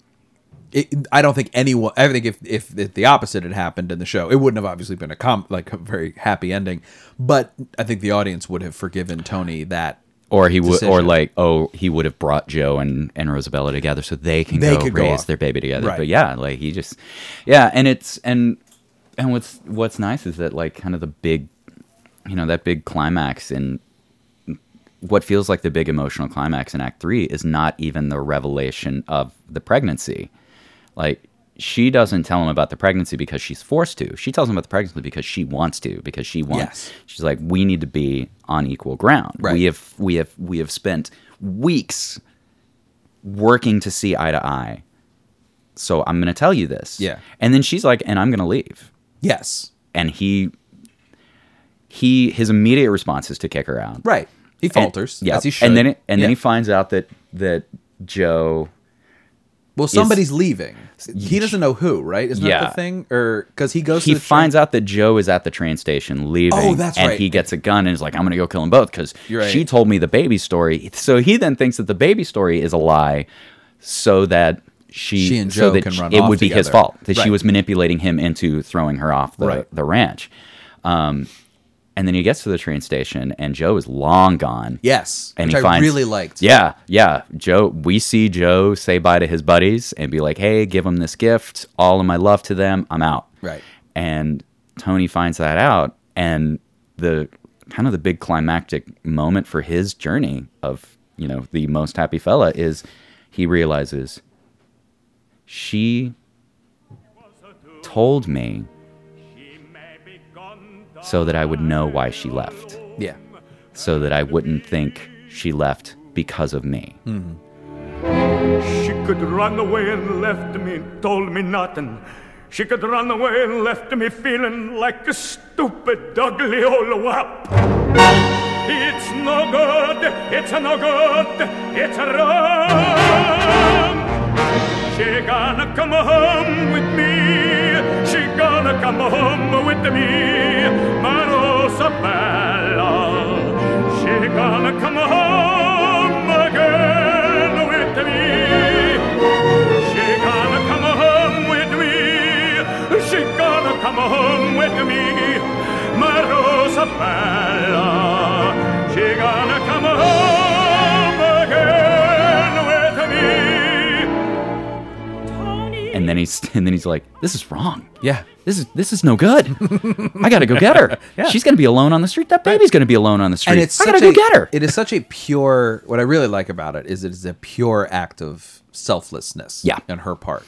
It, I don't think anyone. I think if, if if the opposite had happened in the show, it wouldn't have obviously been a com like a very happy ending. But I think the audience would have forgiven Tony that Or he would, or decision. like, oh, he would have brought Joe and and Rosabella together so they can They go could go raise off. their baby together. Right. But yeah, like he just, yeah, and it's and and what's what's nice is that like kind of the big, you know, that big climax in what feels like the big emotional climax in Act Three is not even the revelation of the pregnancy. Like she doesn't tell him about the pregnancy because she's forced to. She tells him about the pregnancy because she wants to. Because she wants. Yes. She's like, we need to be on equal ground. Right. We have we have we have spent weeks working to see eye to eye. So I'm going to tell you this. Yeah. And then she's like, and I'm going to leave. yes, And he he his immediate response is to kick her out. right. He And- falters. Yeah. as he should. And then it, and then Yeah. he finds out that that Joe well, somebody's leaving. He doesn't know who, right? Isn't that Yeah. the thing? Or because he goes, he to the finds train- out that Joe is at the train station leaving. Oh, that's and right. he gets a gun and is like, I'm going to go kill them both because You're right. she told me the baby story. So he then thinks that the baby story is a lie so that she, She and Joe so that can sh- run it off would be his together. fault that Right. she was manipulating him into throwing her off the, Right. the ranch. Um, and then he gets to the train station and Joe is long gone. Yes, And which he I finds, really liked. Yeah, yeah. Joe, we see Joe say bye to his buddies and be like, "Hey, give them this gift. All of my love to them. I'm out." Right. And Tony finds that out, and the kind of the big climactic moment for his journey of you know the most happy fella is he realizes she told me so that I would know why she left yeah. so that I wouldn't think she left because of me. She could run away and left me and told me nothing. She could run away and left me feeling like a stupid, ugly old wop. It's no good, it's no good, it's wrong. She gonna come home with me, she gonna come home with me, Marosabella. She gonna come home again with me. She gonna come home with me, she gonna come home with me, Marosabella. She gonna come home again with me. And then he's and then he's like, "This is wrong. Yeah. This is this is no good. I gotta go get her. She's gonna be alone on the street. That baby's gonna be alone on the street. and it's I gotta such go a- get her." It is such a pure. What I really like about it is it is a pure act of selflessness. Yeah. on her part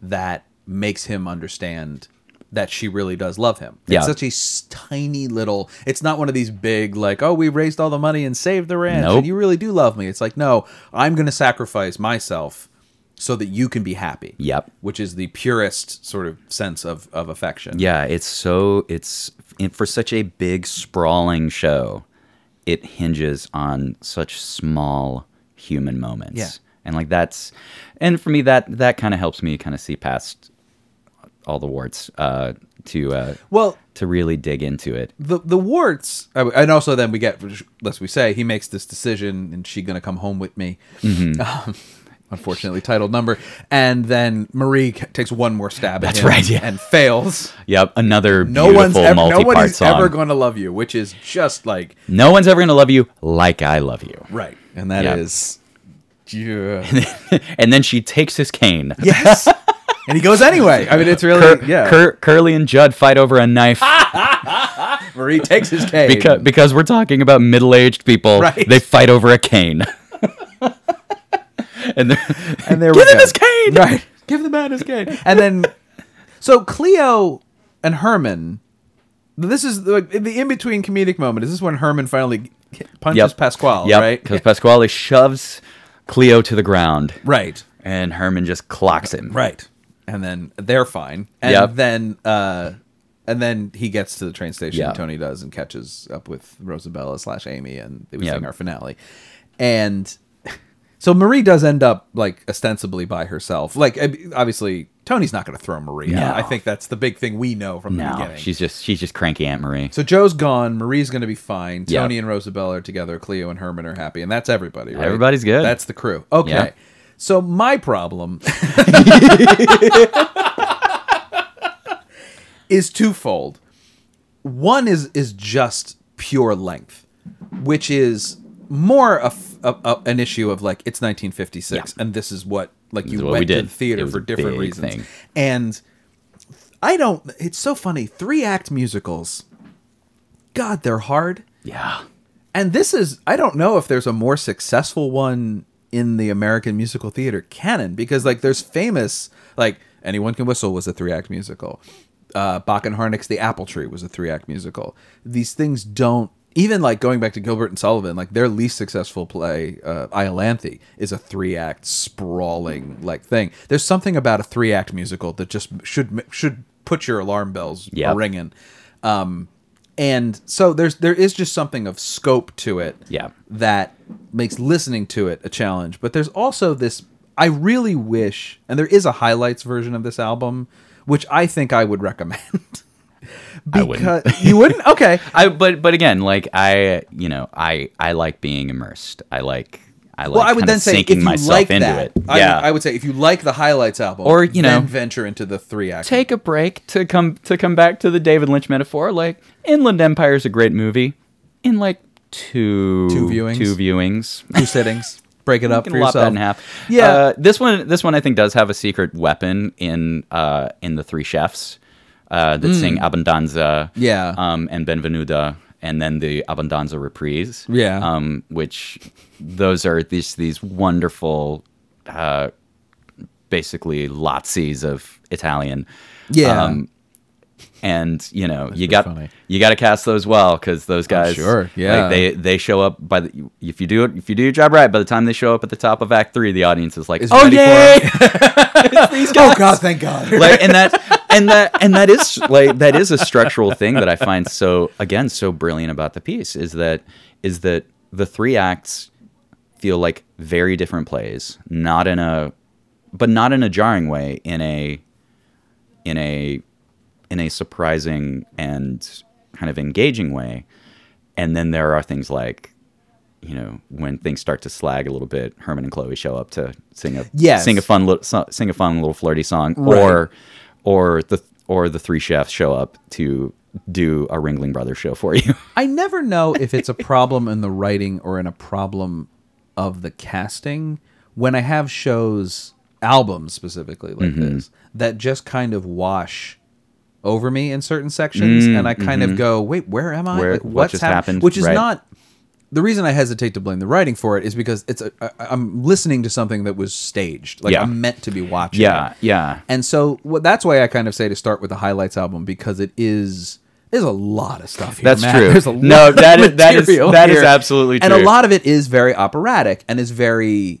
that makes him understand that she really does love him. Yeah. It's such a s- tiny little. It's not one of these big like, oh, we raised all the money and saved the ranch, Nope. and you really do love me. It's like, no, I'm going to sacrifice myself so that you can be happy. Yep. Which is the purest sort of sense of of affection. Yeah, it's so it's and for such a big sprawling show, it hinges on such small human moments. Yeah. And like that's and for me that that kind of helps me kind of see past all the warts uh to uh Well, to really dig into it. the the warts, I- and also then we get, lest we say, he makes this decision, and she gonna come home with me. Mm-hmm. Um, unfortunately, titled number, and then Marie c- takes one more stab. That's right, yeah. and fails. Yep, another No one's beautiful ever, no multi-part one is song. ever going to love you, which is just like no one's ever going to love you like I love you. right, and that Yeah. is yeah. and then she takes his cane. yes, and he goes anyway. I mean, it's really Cur- yeah. Cur- Curly and Judd fight over a knife Marie takes his cane. because because we're talking about middle-aged people. Right. They fight over a cane. and they're- and there Give we him go. his cane! Right. Give the man his cane. And then, so Cleo and Herman. This is the, like, the in between comedic moment. Is this when Herman finally punches Yep. Pasquale? Yep, Right. Because Pasquale shoves Cleo to the ground, Right. and Herman just clocks him. Right. And then they're fine. And Yep. then uh and then he gets to the train station, Yeah. Tony does, and catches up with Rosabella slash Amy and we Yeah. sing our finale. And so Marie does end up like ostensibly by herself. Like ob- obviously Tony's not gonna throw Marie out. No. I think that's the big thing we know from the No, beginning. she's just she's just cranky Aunt Marie. so Joe's gone. Marie's going to be fine. Yeah. Tony and Rosabella are together. Cleo and Herman are happy, and that's everybody. Right? Everybody's good. That's the crew. Okay. Yeah. So my problem is twofold. One is is just pure length, which is more a f- a- a- an issue of like it's 1956, and this is what like you is what went we to did. the theater It was for a different big reasons, thing. and. I don't. It's so funny. Three act musicals. God, they're hard. yeah. And this is. I don't know if there's a more successful one in the American musical theater canon because, like, there's famous like Anyone Can Whistle was a three act musical. Uh, Bach and Harnick's The Apple Tree was a three act musical. These things don't. Even like going back to Gilbert and Sullivan, like their least successful play, uh, Iolanthe, is a three act sprawling like thing. There's something about a three act musical that just should should put your alarm bells Yep. a ringing and so there's there is just something of scope to it Yeah. that makes listening to it a challenge but there's also this i really wish and there is a highlights version of this album which i think i would recommend I wouldn't. you wouldn't okay I but but again, like I you know I I like being immersed. I like I like well i would kinda then say if sinking you myself like into that it. I, yeah. would, I would say if you like the highlights album Or, you then know, venture into the three act take a break to come to come back to the David Lynch metaphor. Like Inland Empire is a great movie. In like two Two viewings. two viewings. two sittings break it up You for can lop yourself that in half. Yeah. Uh, this one, this one, I think does have a secret weapon in uh, in the three chefs uh, that sing Mm. Abundanza, Yeah. um, and Benvenuta, and then the Abundanza reprise, Yeah. um, which those are these these wonderful, uh, basically Lazis of Italian, yeah um, and you know pretty you got funny. you got to cast those well because those guys sure, like, yeah. they they show up by the if you do it if you do your job right by the time they show up at the top of act three the audience is like Is oh ready for yay oh god thank god like and that and that and that is like that is a structural thing that I find so again so brilliant about the piece is that is that the three acts feel like very different plays, not in a but not in a jarring way, in a in a in a surprising and kind of engaging way. And then there are things like you know when things start to slag a little bit, Herman and Chloe show up to sing a Yes. sing a fun little so- sing a fun little flirty song, Right. or or the or the three chefs show up to do a Ringling Brothers show for you. I never know if it's a problem in the writing or in a problem of the casting when I have shows, albums specifically like Mm-hmm. this, that just kind of wash over me in certain sections, and I kind of go, "Wait, where am I? Mm, mm-hmm. Where- like, what what's just hap-" happened? Which is Right. not the reason I hesitate to blame the writing for it is because it's a, I, I'm listening to something that was staged. Like Yeah. I'm meant to be watching. Yeah, it. yeah. And so well, that's why I kind of say to start with the highlights album because it is there's a lot of stuff here. That's Matt. true. There's a No, lot that of is- that is- material that is here. absolutely And true. a lot of it is very operatic and is very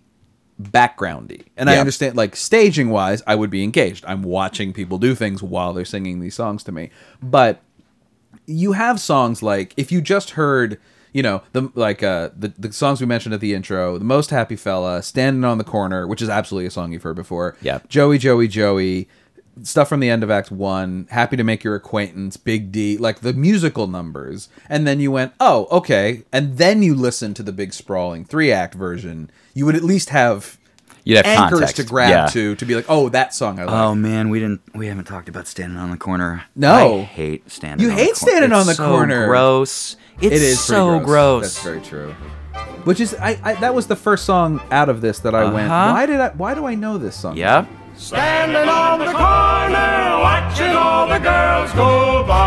backgroundy. And I Yeah. understand like staging wise, I would be engaged. I'm watching people do things while they're singing these songs to me. But you have songs like if you just heard you know the like uh the, the songs we mentioned at the intro the most happy fella standing on the corner which is absolutely a song you've heard before Yeah. joey joey joey stuff from the end of act one happy to make your acquaintance big d like the musical numbers and then you went oh okay and then you listen to the big sprawling three act version you would at least have You'd have anchors context. to grab Yeah. to to be like oh that song i like Oh man, we didn't. We haven't talked about standing on the corner. No. I hate standing. You on hate the Cor- standing It's on the so corner. Gross. It's it is pretty so gross. That's very true. Which is I, I that was the first song out of this that I went. Uh-huh. Why did I? Why do I know this song? yeah. Standing on the corner, watching all the girls go by.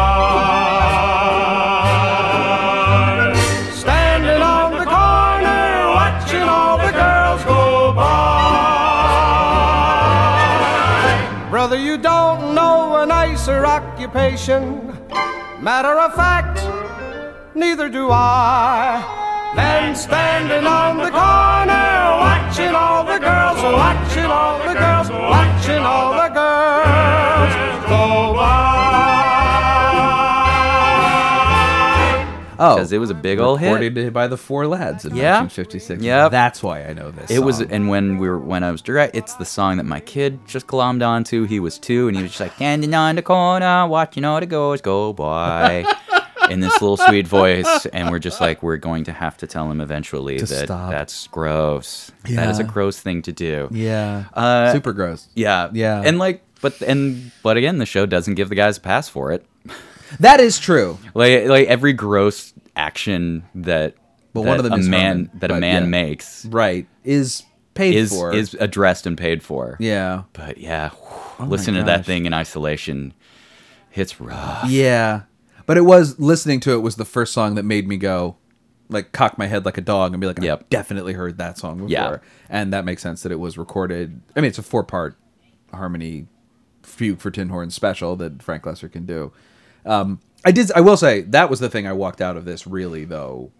Standing on the corner, watching all the girls go by. Brother, you don't know a nicer occupation. Matter of fact, neither do I. Then standing on the corner, watching all the girls, watching all the girls, watching all the girls go by. Oh, Because it was a big old hit. recorded by the Four Lads in Yeah. 1956. Yep. that's why I know this. It was, song. and when we were, when I was direct, it's the song that my kid just glommed onto. He was two, and he was just like standing on the corner, watching all the girls go by, in this little sweet voice. And we're just like, we're going to have to tell him eventually that stop. that's gross. That is a Yeah. gross thing to do. yeah, Uh, super gross. Yeah. Yeah. And like, but and but again, the show doesn't give the guys a pass for it. That is true. Like like every gross action that. But that one of them a is man Herman, that a but man yeah. makes Right is paid is for. is addressed and paid for. yeah, Oh But yeah, listen to gosh. that thing in isolation. It's rough. yeah. But it was listening to it was the first song that made me go, like cock my head like a dog and be like, I've Yep. definitely heard that song before. Yeah. And that makes sense that it was recorded. I mean, it's a four part harmony fugue for tin horn special that Frank Lesser can do. Um, I did. I will say that was the thing I walked out of this really though,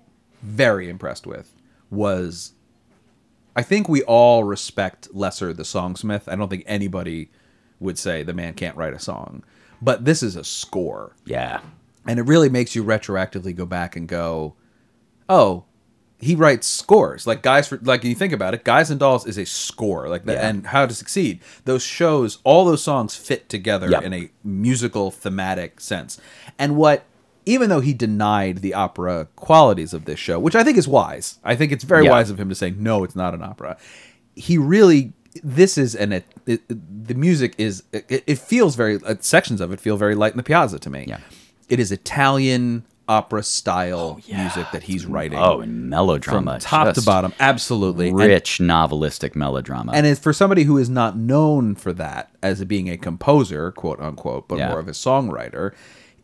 very impressed with was. I think we all respect Lesser the songsmith. I don't think anybody would say the man can't write a song, but this is a score Yeah. and it really makes you retroactively go back and go, oh, he writes scores like guys for like you think about it. Guys and Dolls is a score like that, Yeah. and How to Succeed. Those shows, all those songs fit together Yep. in a musical thematic sense. And what, even though he denied the opera qualities of this show, which I think is wise. I think it's very Yeah. wise of him to say no, it's not an opera. He really. This is an it, it, the music is it, it feels very uh, sections of it feel very light in the piazza to me. Yeah. It is Italian opera style music that he's writing. Oh, and melodrama. from top to just bottom, absolutely And- Rich novelistic melodrama. And, it's for somebody who is not known for that as being a composer, quote unquote, but Yeah. more of a songwriter,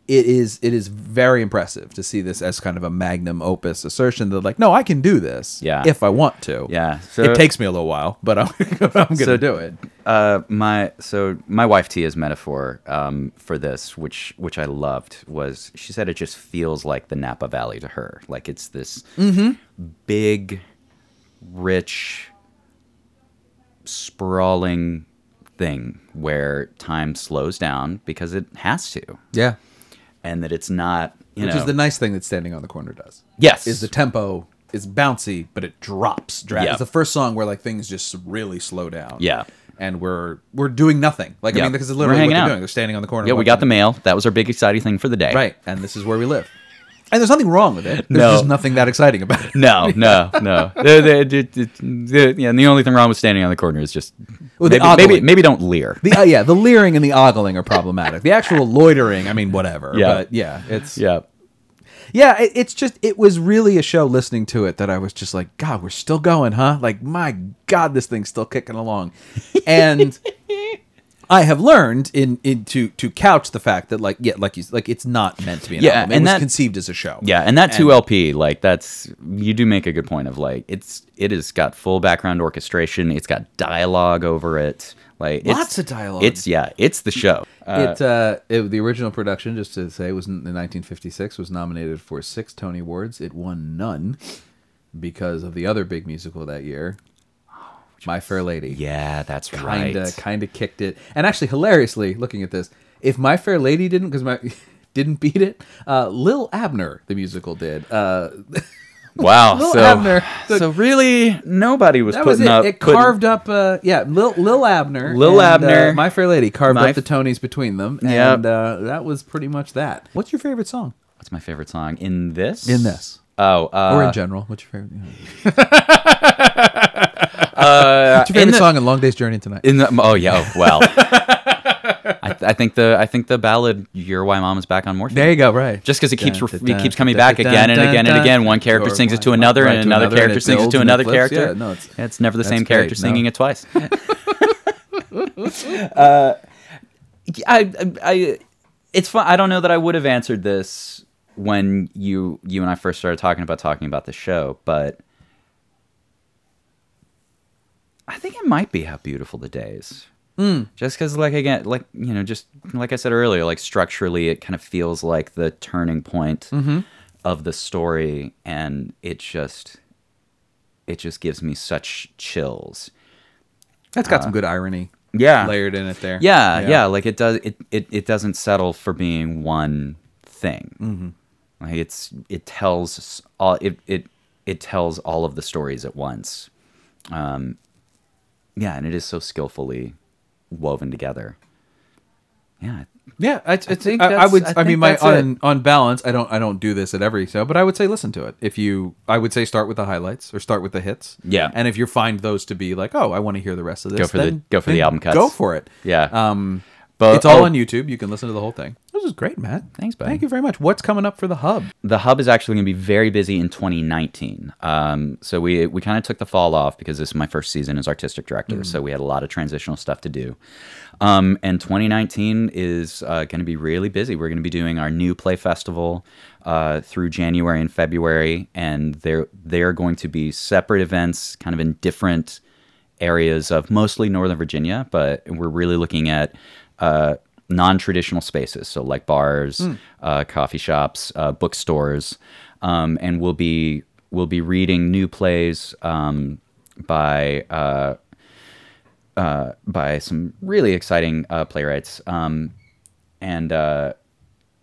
it is it is very impressive to see this as kind of a magnum opus assertion that like, no, I can do this Yeah. if I want to. Yeah. it So- takes me a little while, but I'm, I'm going to So- do it. uh, my so my wife Tia's metaphor um, for this, which which I loved, was she said it just feels like the Napa Valley to her, like it's this Mm-hmm. big, rich, sprawling thing where time slows down because it has to, Yeah. and that it's not you Which know is the nice thing that Standing on the Corner does. yes is the tempo is bouncy, but it drops. Dra- Yeah. It's the first song where like things just really slow down. Yeah. and we're we're doing nothing. Like I Yeah. mean, this is We're literally what hanging they're out. doing. They're standing on the corner. yeah we watching got the it. mail that was our big exciting thing for the day right, and this is where we live. And there's nothing wrong with it. There's No. just nothing that exciting about it. No, no, no. They're- they're- they're- they're- yeah, and the only thing wrong with standing on the corner is just Well, the maybe, maybe ogling. maybe don't leer. The, uh, yeah, the leering and the ogling are problematic. The actual loitering, I mean, whatever. Yeah. But yeah, it's yeah, Yeah, it, it's just it was really a show listening to it that I was just like, God, we're still going, huh? Like, my God, this thing's still kicking along, and I have learned in, in to to couch the fact that like yeah like you like it's not meant to be an Yeah, album. It and was that- conceived as a show. Yeah, and that two LP, like that's you do make a good point of like it's it has got full background orchestration, it's got dialogue over it, like it's- Lots of dialogue. It's yeah, it's the show. Uh, it, uh, it the original production, just to say, was in 1956. Was nominated for six Tony Awards. It won none because of the other big musical that year, My Fair Lady. Oh, yeah, that's kinda right. kinda kicked it. And actually, hilariously, looking at this, if My Fair Lady didn't because my didn't beat it, uh, Lil Abner the musical did. Uh, Wow. Lil so, Abner, the- so really nobody was that putting was it. up it putting- carved up. Uh, yeah, Lil Lil Abner. and, Lil uh, Abner. My Fair Lady carved My up the F- Tonys between them, Yep. and uh, that was pretty much that. What's your favorite song? What's my favorite song in this? In this. Oh, uh, or in general, what's your favorite? what's your favorite Uh, in the- song in Long Day's Journey tonight? In the oh yeah, oh, well. I, th- I think the I think the ballad "Your Why Mom Is Back on Morphine." there you go. Right. Just because it keeps Dun, ref- dun, it keeps dun, coming dun, back dun, again and dun, again and dun, again. dun. One character Or sings it to one- another, right, and to another another, and character it sings it builds to and it another flips. character. Yeah, no, it's- it's never the that's same great, character singing no. it twice. Uh, I, I, I- it's fun. I don't know that I would have answered this when you, you and I first started talking about talking about the show, but I think it might be how beautiful the day is. Hmm. Just because, like again, like you know, just like I said earlier, like structurally, it kind of feels like the turning point Mm-hmm. of the story, and it just, it just gives me such chills. That's got some good irony. yeah. layered in it there. Yeah, yeah, like it does. It, it it doesn't settle for being one thing. Mm-hmm. Like it's it tells s- all it it it tells all of the stories at once. Um, yeah, and it is so skillfully woven together. Yeah, Yeah, I, I think I- I, I would. would- I, I mean, think my that's it. on, on balance, I don't. I don't do this at every show, but I would say listen to it. If you, I would say start with the highlights or start with the hits. Yeah. and if you find those to be like, oh, I want to hear the rest of this. Go for the- then- go for the then album cuts. Go for it. yeah. Um, But- it's all oh, on YouTube. You can listen to the whole thing. This is great, Matt. Thanks, buddy. Thank you very much. What's coming up for the hub? the hub is actually going to be very busy in 2019. Um, so we we kind of took the fall off because this is my first season as artistic director, so we had a lot of transitional stuff to do. Um, and 2019 is uh, going to be really busy. We're going to be doing our new play festival uh, through January and February, and they're they're going to be separate events, kind of in different areas of mostly Northern Virginia, but we're really looking at uh, non traditional spaces. So, like bars, uh, coffee shops, uh, bookstores. Um, and we'll be, we'll be reading new plays um, by, uh, uh, by some really exciting uh, playwrights. Um, and uh,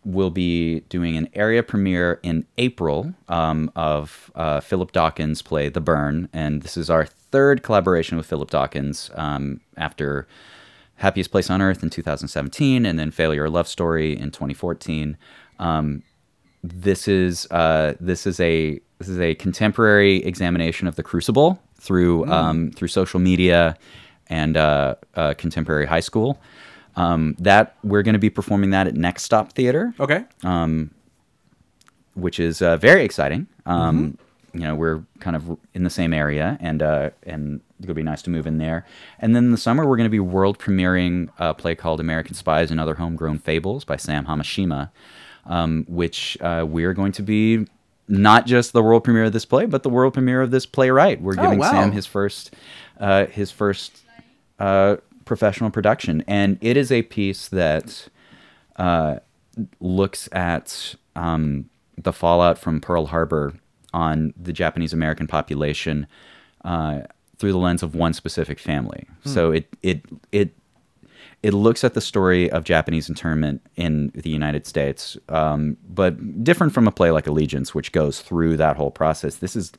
we'll be doing an area premiere in April um, of uh, Philip Dawkins' play *The Burn*, and this is our third collaboration with Philip Dawkins um, after *Happiest Place on Earth* in 2017, and then *Failure: A Love Story* in 2014. Um, this is uh, this is a this is a contemporary examination of *The Crucible* through um, through social media and uh, uh, contemporary high school. Um, that we're going to be performing that at Next Stop Theater Okay. which is uh, very exciting. Um, You know, we're kind of in the same area, and uh, and it'll be nice to move in there. And then in the summer, we're going to be world premiering a play called American Spies and Other Homegrown Fables by Sam Hamashima, um, which uh, we're going to be not just the world premiere of this play, but the world premiere of this playwright. We're giving wow. Sam his first uh, his first uh, professional production, and it is a piece that looks at um, the fallout from Pearl Harbor on the Japanese American population uh, through the lens of one specific family. So it it it it looks at the story of Japanese internment in the United States, um, but different from a play like Allegiance, which goes through that whole process. This is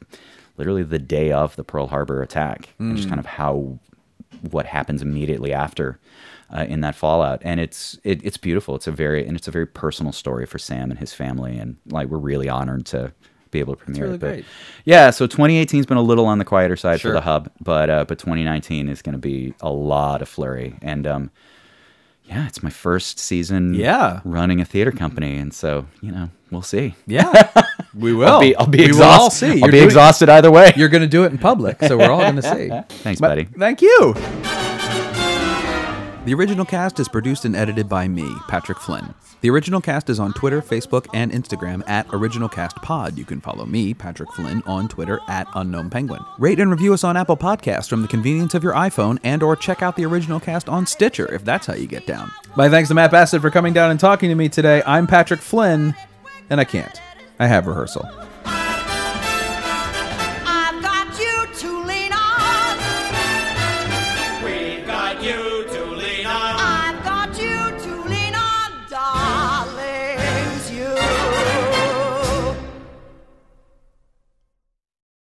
literally the day of the Pearl Harbor attack, and Mm. just kind of how what happens immediately after uh, in that fallout. And it's it, it's beautiful. It's a very and it's a very personal story for Sam and his family, and like we're really honored to be able to premiere really it. But great. yeah, so 2018's been a little on the quieter side Sure. for the hub, but uh, but 2019 is going to be a lot of flurry and. um yeah, it's my first season Yeah. running a theater company, and so you know we'll see. yeah, we will. I'll be I'll be we will all exhausted. see. I'll You're be doing- exhausted either way. You're going to do it in public, so we're all going to see. Thanks, Ma- buddy. Thank you. The original cast is produced and edited by me, Patrick Flynn. The original cast is on Twitter, Facebook, and Instagram at OriginalCastPod. You can follow me, Patrick Flynn, on Twitter at Unknown Penguin. Rate and review us on Apple Podcasts from the convenience of your iPhone and or check out the original cast on Stitcher if that's how you get down. My thanks to Matt Bassett for coming down and talking to me today. I'm Patrick Flynn, and I can't. I have rehearsal.